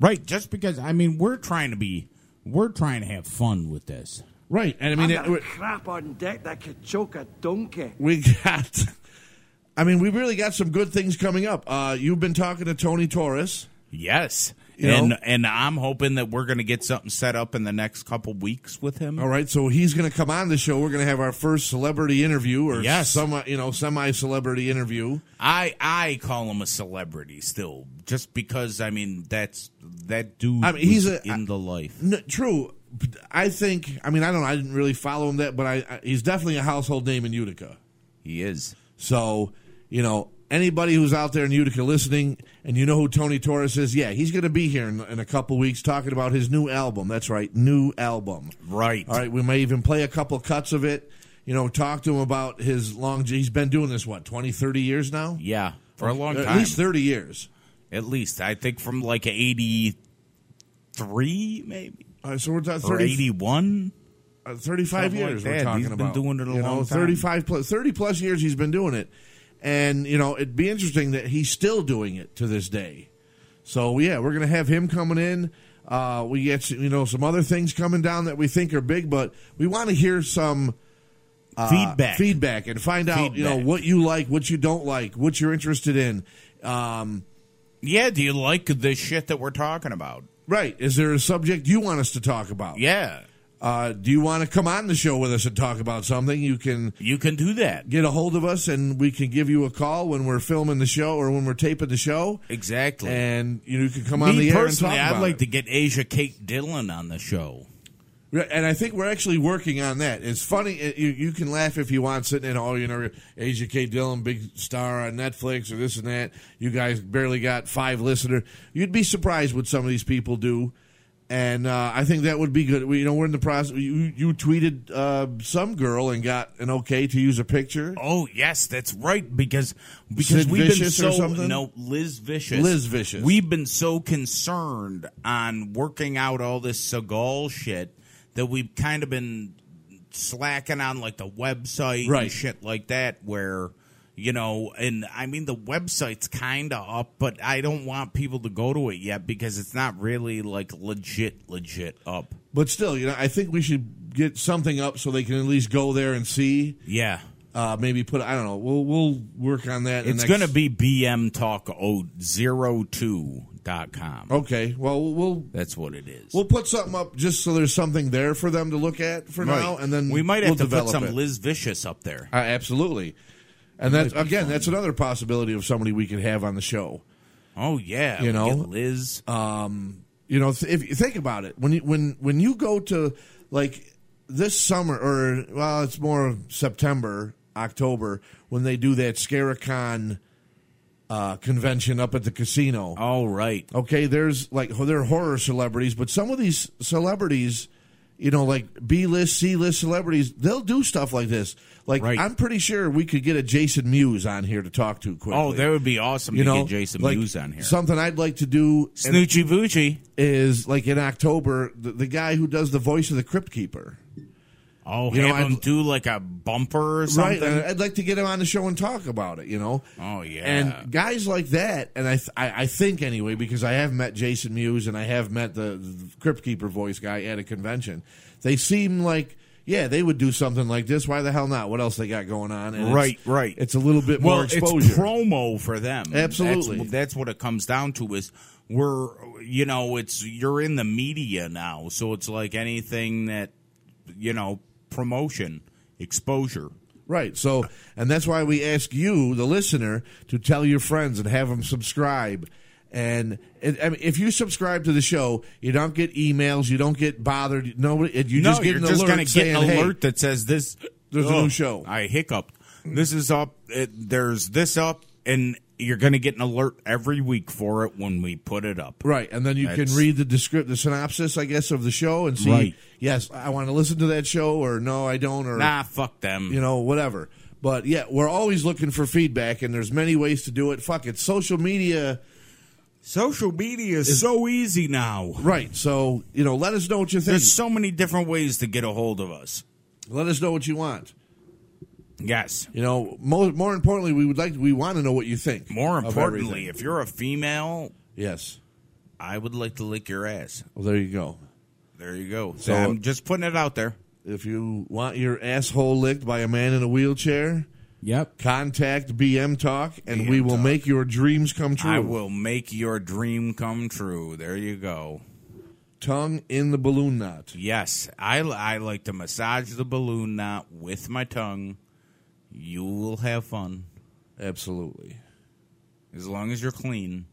Right, just because I mean we're trying to be we're trying to have fun with this. Right. And I mean got it, crap on deck that could choke a donkey. we got I mean, we really got some good things coming up. Uh you've been talking to Tony Torres. Yes. You and know? and I'm hoping that we're going to get something set up in the next couple weeks with him. All right, so he's going to come on the show. We're going to have our first celebrity interview or Yes. some you know, semi celebrity interview. I I call him a celebrity still, just because I mean that's that dude. I mean, he's was a- in the life. No, true. But I think I mean, I don't know, I didn't really follow him that, but I, I he's definitely a household name in Utica. He is. So, you know, anybody who's out there in Utica listening and you know who Tony Torres is, yeah, he's going to be here in, in a couple weeks talking about his new album. That's right, new album. Right. All right, we may even play a couple cuts of it. You know, talk to him about his long. He's been doing this, what, 20, 30 years now? Yeah, for a long At time. least 30 years. At least I think from like eighty three, maybe All right, Uh, so we're talking or 30 eighty one. Uh, 35 Something like years that. we're talking He's been about. doing it a you know, long time. 35 plus, 30 plus years he's been doing it. And, you know, it'd be interesting that he's still doing it to this day. So, yeah, we're going to have him coming in. Uh, we get, you know, some other things coming down that we think are big, but we want to hear some uh, Feedback. Feedback and find out, you know, Feedback. what you like, what you don't like, what you're interested in. Um, Yeah, do you like the shit that we're talking about? right. Is there a subject you want us to talk about? Yeah. Uh, do you want to come on the show with us and talk about something? You can you can do that. Get a hold of us, and we can give you a call when we're filming the show or when we're taping the show. Exactly. And you, know, you can come Me on the air and talk personally, about I'd like it. to get Asia Kate Dillon on the show. Right, And I think we're actually working on that. It's funny. it- You, you can laugh if you want, sitting in all, you know, Asia K. Dillon, big star on Netflix or this and that. You guys barely got five listener. You'd be surprised what some of these people do. And uh, I think that would be good. We, you know, we're in the process. You, you tweeted uh, some girl and got an okay to use a picture. Oh yes, that's right. Because because Sid we've Vicious or been so something? no Liz Vicious. Liz Vicious. We've been so concerned on working out all this Seagal shit that we've kind of been slacking on like the website Right. and shit like that. Where you know, and I mean the website's kind of up, but I don't want people to go to it yet because it's not really like legit, legit up. But still, you know, I think we should get something up so they can at least go there and see. Yeah. Uh, maybe put I don't know. We'll we'll work on that. in It's the going next- to be bmtalk02.com. okay. Well, we'll That's what it is. we'll put something up just so there's something there for them to look at for now, Right. and then we might we'll have to put develop some it. Liz Vicious up there. Uh, absolutely. And That that's might be again, fun. that's another possibility of somebody we could have on the show. Oh yeah, you we know, get Liz. Um, you know, th- if you think about it, when you when when you go to like this summer, or well, it's more September, October, when they do that Scaricon uh, convention up at the casino. All right. Okay, there's like ho- they're horror celebrities, but some of these celebrities, you know, like B list, C list celebrities, they'll do stuff like this. Like I'm pretty sure we could get a Jason Mewes on here to talk to quickly. Oh, that would be awesome You to know, get Jason like, Mewes on here. Something I'd like to do. Snoochie Boochie. Is like in October, the, the guy who does the voice of the Crypt Keeper. Oh, you know, have him I'd- do like a bumper or Right. uh, something. and I'd like to get him on the show and talk about it, you know? oh yeah. And guys like that, and I, th- I, I think anyway, because I have met Jason Mewes and I have met the, the Crypt Keeper voice guy at a convention, they seem like, yeah, they would do something like this. Why the hell not? What else they got going on? And it's- Right, right. It's a little bit well, more exposure. It's promo for them. Absolutely. That's, that's what it comes down to is we're you know, it's you're in the media now, so it's like anything that you know, promotion, exposure. Right. So, and that's why we ask you, the listener, to tell your friends and have them subscribe. And it, I mean, if you subscribe to the show, you don't get emails, you don't get bothered. Nobody, you no, just get you're an just alert gonna saying, get an "Hey, alert that says this. Oh, There's a new show. I hiccuped. This is up. It, there's this up, and you're gonna get an alert every week for it when we put it up. Right, and then you That's- can read the descript, the synopsis, I guess, of the show and see. Right. Yes, I want to listen to that show, or no, I don't, or Nah, fuck them. you know, whatever. But yeah, we're always looking for feedback, and there's many ways to do it. Fuck it, social media. Social media is so easy now. Right. So, you know, let us know what you think. There's so many different ways to get a hold of us. Let us know what you want. Yes. You know, more, more importantly, we would like we want to know what you think. More of importantly, everything. if you're a female, yes, I would like to lick your ass. well, there you go. There you go. So- So I'm just putting it out there. If you want your asshole licked by a man in a wheelchair, yep, contact BM Talk, and we will make your dreams come true. I will make your dream come true. There you go. Tongue in the balloon knot. Yes, I, I like to massage the balloon knot with my tongue. You will have fun. Absolutely. As long as you're clean.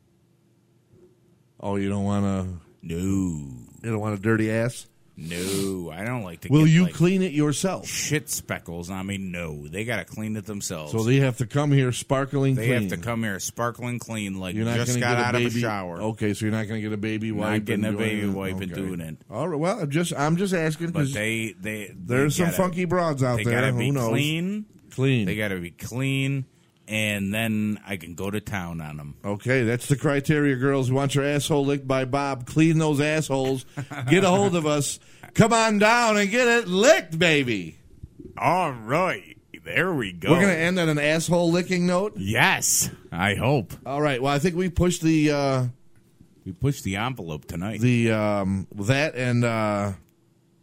Oh, you don't want to? No. You don't want a dirty ass? No, I don't like to Will get, you like, clean it yourself? shit speckles I mean, No, they got to clean it themselves. So they have to come here sparkling They clean. have to come here sparkling clean, like You're not just gonna got get out a of a baby shower. Okay, so you're not going to get a baby Not wipe. getting and a doing baby it? wipe and Okay. doing it. All right. Well, I'm just I'm just asking But because they they they there's some gotta- funky broads out they there. Gotta Who be knows? Clean, Clean. They got to be clean, and then I can go to town on them. Okay, that's the criteria, girls. You want your asshole licked by Bob? Clean those assholes. Get a hold of us. Come on down and get it licked, baby. All right, there we go. We're going to end on an asshole licking note. Yes, I hope All right. Well, I think we pushed the uh, we pushed the envelope tonight. the um, that and uh,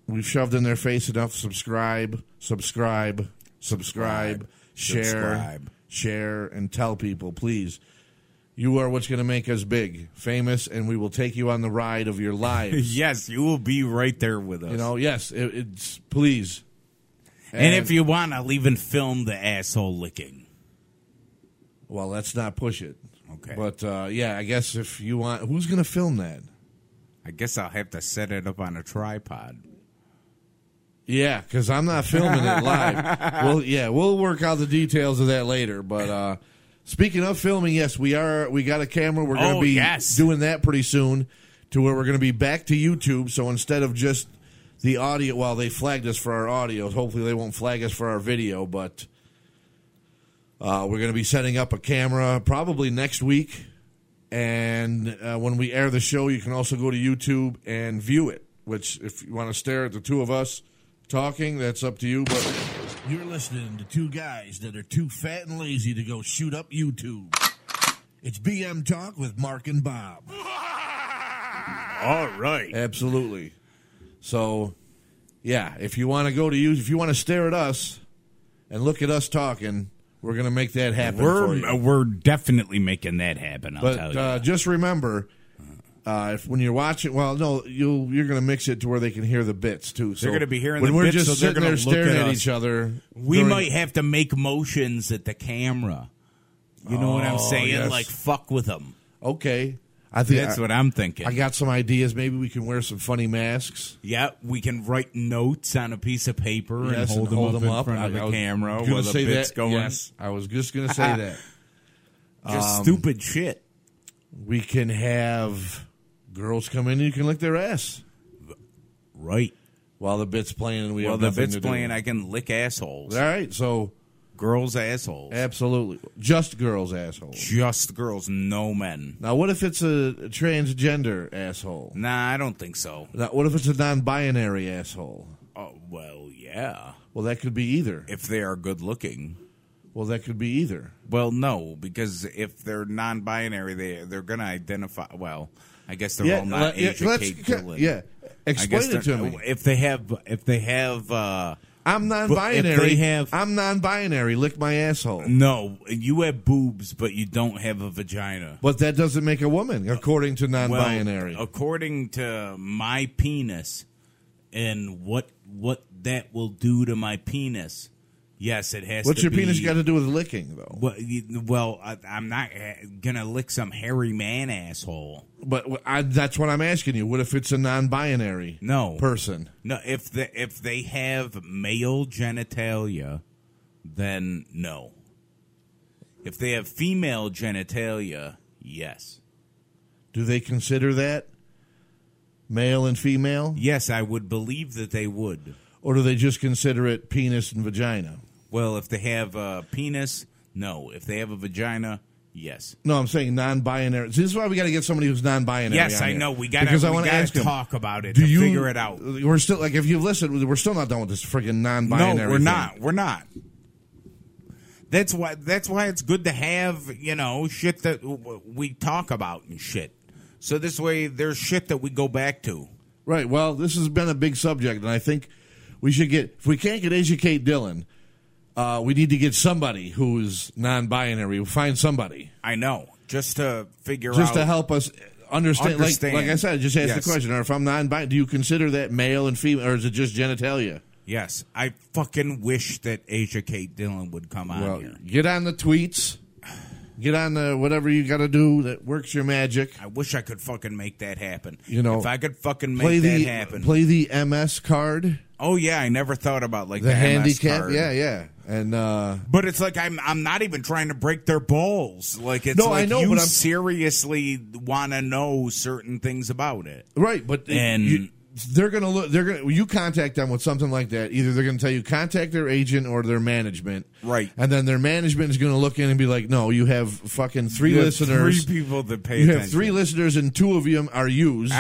we've shoved in their face enough. Subscribe, subscribe, subscribe, Subscribe. share, Subscribe. share, and tell people, please. You are what's going to make us big, famous, and we will take you on the ride of your lives. yes, you will be right there with us. You know, yes, it, it's please. and, if you want, I'll even film the asshole licking. well, let's not push it. Okay. But uh, yeah, I guess if you want, who's going to film that? I guess I'll have to set it up on a tripod. Yeah, because I'm not filming it live. well, yeah, we'll work out the details of that later. But uh, speaking of filming, yes, we are. We got a camera. We're going to Oh, be yes. doing that pretty soon, to where we're going to be back to YouTube. So instead of just the audio, well, they flagged us for our audio. Hopefully, they won't flag us for our video. But uh, we're going to be setting up a camera probably next week. And uh, when we air the show, you can also go to YouTube and view it. Which, if you want to stare at the two of us talking, that's up to you. But you're listening to two guys that are too fat and lazy to go shoot up YouTube. It's BM Talk with Mark and Bob. All right. Absolutely. So, yeah, if you want to go to you, if you want to stare at us and look at us talking, we're going to make that happen. for you. We're we're definitely making that happen. I'll tell but you. uh, just remember, uh, if when you're watching, well, no, you'll you're going to mix it to where they can hear the bits too. So they're going to be hearing when the we're bits, just so they're sitting gonna there staring look at, us. each other. We during- might have to make motions at the camera. You know what Oh, I'm saying? yes. Like fuck with them. Okay. I think That's I- what I'm thinking. I got some ideas. Maybe we can wear some funny masks. Yeah, we can write notes on a piece of paper and Yes, hold, them, up in front I- of the I was camera gonna while the say bit's that. going. Yes, I was just going to say that. Just Um, stupid shit. We can have girls come in and you can lick their ass. Right. While the bit's playing and we While have the nothing bit's to do. playing, I can lick assholes. All right, so girls assholes. Absolutely. Just girls assholes. Just girls, no men. Now what if it's a transgender asshole? Nah, I don't think so. Now, what if it's a non-binary asshole? Oh, well, yeah. Well, that could be either. If they are good looking. Well, that could be either. Well, no, because if they're non-binary, they they're gonna identify. Well, I guess they're Yeah, all not let- yeah, let's- educated. yeah. I guess Explain it they're- to me. If they have, if they have, uh, I'm bu- if non-binary. they have I'm non-binary. Lick my asshole. no, you have boobs, but you don't have a vagina. But that doesn't make a woman, according to non-binary. Well, according to my penis and what what that will do to my penis. Yes, it has. What's to your penis be- got to do with licking, though? Well, you- well, I, I'm not uh, gonna lick some hairy man asshole. But w- I, that's what I'm asking you. What if it's a non-binary no person? No, if the if they have male genitalia, then no. If they have female genitalia, yes. Do they consider that male and female, Yes, I would believe that they would. or do they just consider it penis and vagina? Well, if they have a penis, no. If they have a vagina, yes. No, I'm saying non-binary. This is why we got to get somebody who's non-binary. Yes, on I here. know. We gotta- because I we want to gotta ask 'em, talk about it Do to you figure it out. We're still like if you've listened, we're still not done with this freaking non-binary. no, we're thing. not. We're not. That's why. That's why it's good to have you know shit that w- we talk about and shit. So this way, there's shit that we go back to. Right. Well, this has been a big subject, and I think we should get if we can't get educate Dylan, uh, we need to get somebody who's non-binary. We'll find somebody I know, just to figure out, just to help us understand. like- Understand. Like, I said, just ask Yes. the question: or if I'm non-binary, do you consider that male and female, or is it just genitalia? Yes, I fucking wish that Asia Kate Dillon would come on Well, here. get on the tweets, get on the whatever you got to do that works your magic. I wish I could fucking make that happen. You know, if I could fucking make play that the happen. play the MS card, oh yeah, I never thought about like the, the, MS handicap. card. Yeah, yeah, and. uh But it's like I'm I'm not even trying to break their balls. Like it's No, I like know, you but I'm- seriously want to know certain things about it. Right, but And- you- they're going to look. They're going. to You contact them with something like that. Either they're going to tell you contact their agent or their management. Right. and then their management is going to look in and be like, "No, you have fucking three You have listeners. three people that pay you attention. have three listeners, and two of them are yous.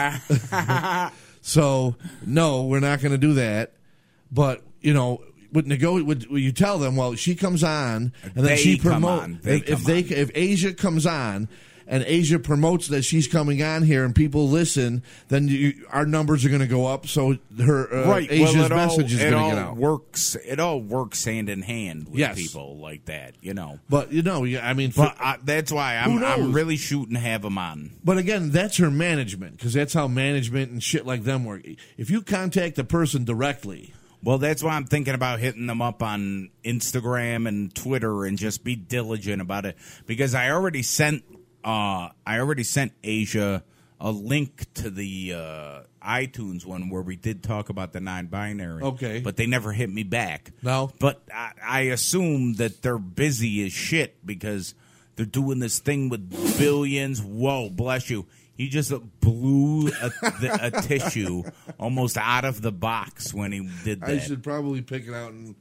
so no, we're not going to do that. But you know." Would nego- would, would you tell them? Well, she comes on, and then They she come promotes. on. They If, if come they if Asia comes on and Asia promotes that she's coming on here and people listen, then you, our numbers are going to go up. So her uh, right. Asia's well, it message all, is it going all to get out. works. It all works hand in hand with Yes. people like that. You know. But you know, yeah, I mean, for- But I, that's why Who I'm knows? I'm really shooting to have them on. But again, that's her management because that's how management and shit like them work. If you contact the person directly, Well, that's why I'm thinking about hitting them up on Instagram and Twitter and just be diligent about it because I already sent uh I already sent Asia a link to the uh iTunes one where we did talk about the non-binary. Okay. but they never hit me back. No. but I, I assume that they're busy as shit because they're doing this thing with billions. Whoa, bless you. He just blew a, the, a tissue almost out of the box when he did that. I should probably pick it out and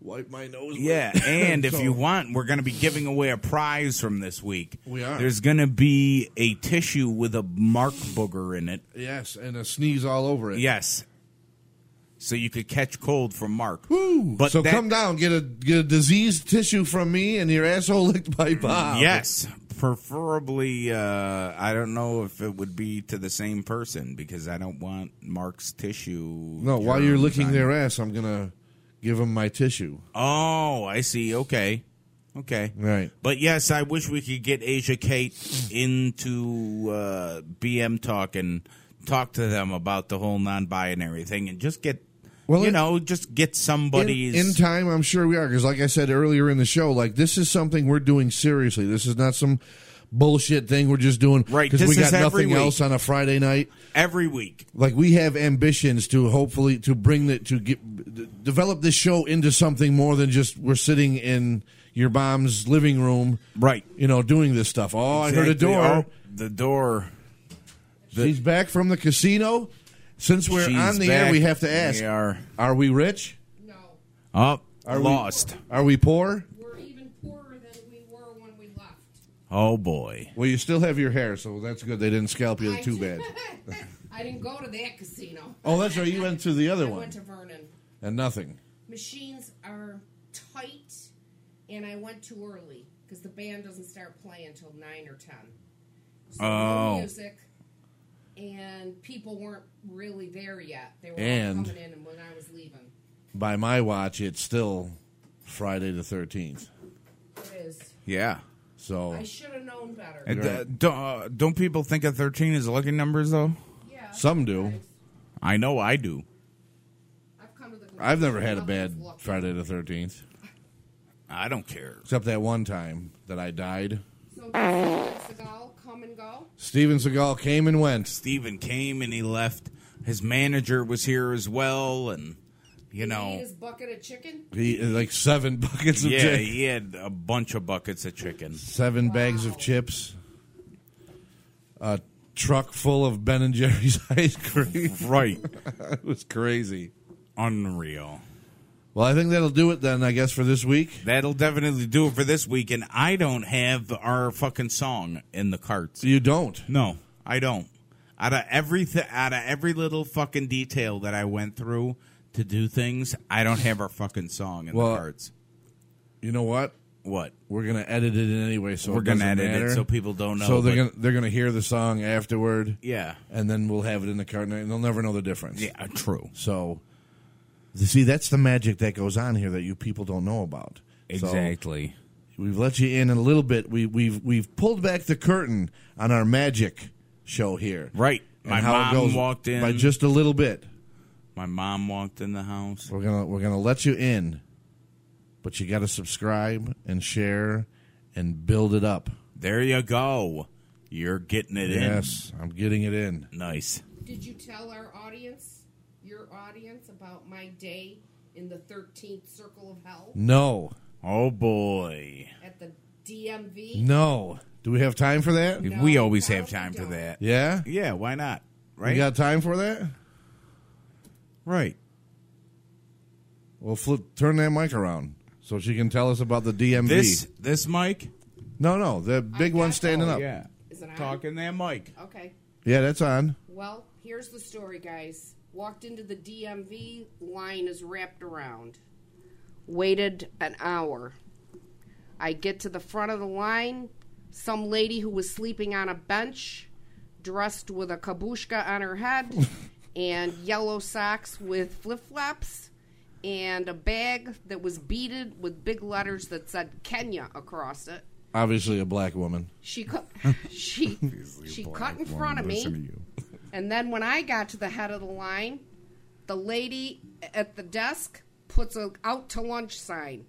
wipe my nose. with Yeah, it. and if So- you want, we're going to be giving away a prize from this week. We are. There's going to be a tissue with a mark booger in it. yes, and a sneeze all over it. Yes. So you could catch cold from Mark. Woo! But so that- come down, get a get a diseased tissue from me, and your asshole licked by Bob. Yes. Preferably, uh, I don't know if it would be to the same person because I don't want Mark's tissue. No, while you're germs licking on their ass, I'm gonna give them my tissue. Oh, I see. Okay. Okay. Right. But yes, I wish we could get Asia Kate into uh, BM talk and talk to them about the whole non binary thing and just get, Well, you in- know, just get In, somebody's. in time, I'm sure we are because, like I said earlier in the show, like this is something we're doing seriously. This is not some bullshit thing we're just doing Right, because this we is got every nothing week. else on a Friday night. Every week. Like we have ambitions to hopefully to bring the to get d- develop this show into something more than just we're sitting in your mom's living room, right? You know, doing this stuff. Oh, I heard a Exactly. door. Oh, the door. She's back from the casino. Since we're She's on the back. air, we have to ask: We are. Are we rich? Oh, Are we- lost. Are we poor? Oh boy. Well, you still have your hair, so that's good. They didn't scalp you too bad. I didn't go to that casino. Oh, that's right. You went to the other I one. went to Vernon. and nothing. Machines are tight, and I went too early because the band doesn't start playing until nine or ten. So no Oh. music, and people weren't really there yet. They were all And- coming in, and when I was leaving, By my watch, it's still Friday the thirteenth. it is. Yeah. So I should have known better. Uh, d- don't, uh, don't people think of 13 as lucky numbers, though? Yeah. Some do. I know I do. I've never had a bad Friday the thirteenth. I don't care. Except that one time that I died. So does Steven Seagal come and go? Steven Seagal came and went. Steven came and he left. His manager was here as well, and, you Eat know. his bucket of chicken. He like seven buckets of yeah, chicken. he had a bunch of buckets of chicken. seven bags of chips, a truck full of Ben and Jerry's ice cream. Right. it was crazy. Unreal. Well, I think that'll do it then, I guess, for this week. That'll definitely do it for this week, and I don't have our fucking song in the carts. You don't? No, I don't. Out of everything, out of every little fucking detail that I went through to do things, I don't have our fucking song in Well, the carts. You know what? What? We're gonna edit it in anyway, so We're it gonna doesn't edit it matter. so people don't know, So they're but- gonna they're gonna hear the song afterward. Yeah. and then we'll have it in the cart, and they'll never know the difference. Yeah, true. So, you see, that's the magic that goes on here that you people don't know about. So, Exactly. we've let you in a little bit. We, we've we've pulled back the curtain on our magic show here. Right. And My how it mom goes walked in. by just a little bit. My mom walked in the house. We're gonna we're gonna let you in, but you got to subscribe and share and build it up. There you go. You're getting it in. Yes, I'm getting it in. Nice. Did you tell our audience, your audience, about my day in the 13th circle of hell No. Oh boy. at the DMV? No. Do we have time for that? We always have time for that. Yeah. Yeah. Why not? Right. We got time for that? Right. Well, flip, turn that mic around so she can tell us about the DMV. This this mic. no, no, the big one standing up. Oh, Yeah. Is it on? Talking that mic. Okay. Yeah, that's on. Well, here's the story, guys. Walked into the DMV, line is wrapped around. Waited an hour. I get to the front of the line. Some lady who was sleeping on a bench, dressed with a kabushka on her head, and yellow socks with flip flops, and a bag that was beaded with big letters that said Kenya across it. Obviously, a black woman. She cut. She she cut in front of me. And then when I got to the head of the line, the lady at the desk puts a out to lunch sign.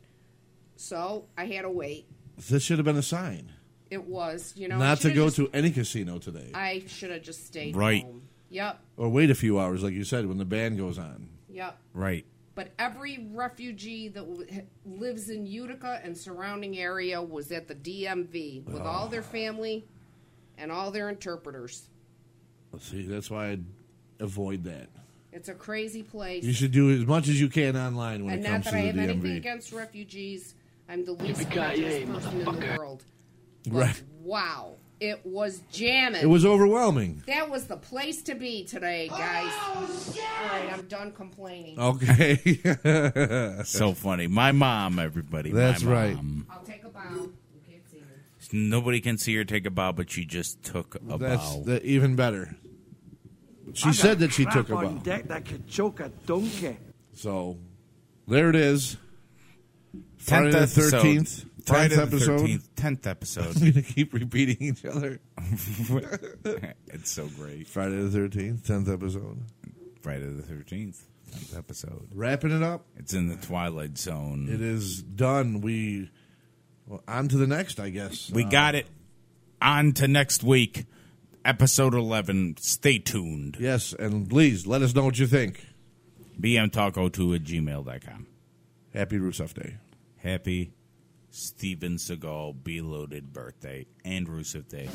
So I had to wait. This should have been a sign. It was, you know, Not to should've go just- to any casino today. I should have just stayed. Right. Home. Yep. Or wait a few hours, like you said, when the band goes on. Yep. Right. But every refugee that w- lives in Utica and surrounding area was at the DMV with all their family and all their interpreters. See, that's why I'd avoid that. It's a crazy place. You should do as much as you can online when and it not comes that to I the have anything DMV. against refugees. I'm the least religious person in the world. Right. Wow. It was jamming. It was overwhelming. That was the place to be today, guys. All right, I'm done complaining. Okay. so funny. My mom, everybody. My That's right. mom. I'll take a bow. Nobody can see her take a bow, but she just took a That's bow. the, even better. She I said got that she crap took a on bow. deck that could choke a donkey. So there it is. Friday the Tenth episode. thirteenth. Friday the episode. 13th. Tenth episode. We're gonna keep repeating each other. it's so great. Friday the thirteenth, tenth episode. Friday the thirteenth, tenth episode. Wrapping it up. It's in the Twilight Zone. It is done. We well, on to the next, I guess. We Uh, got it. on to next week, episode 11. Stay tuned. Yes, and please let us know what you think. BMTalko2 at gmail.com. Happy Rusev Day. Happy Steven Seagal Beloaded birthday and Rusev Day.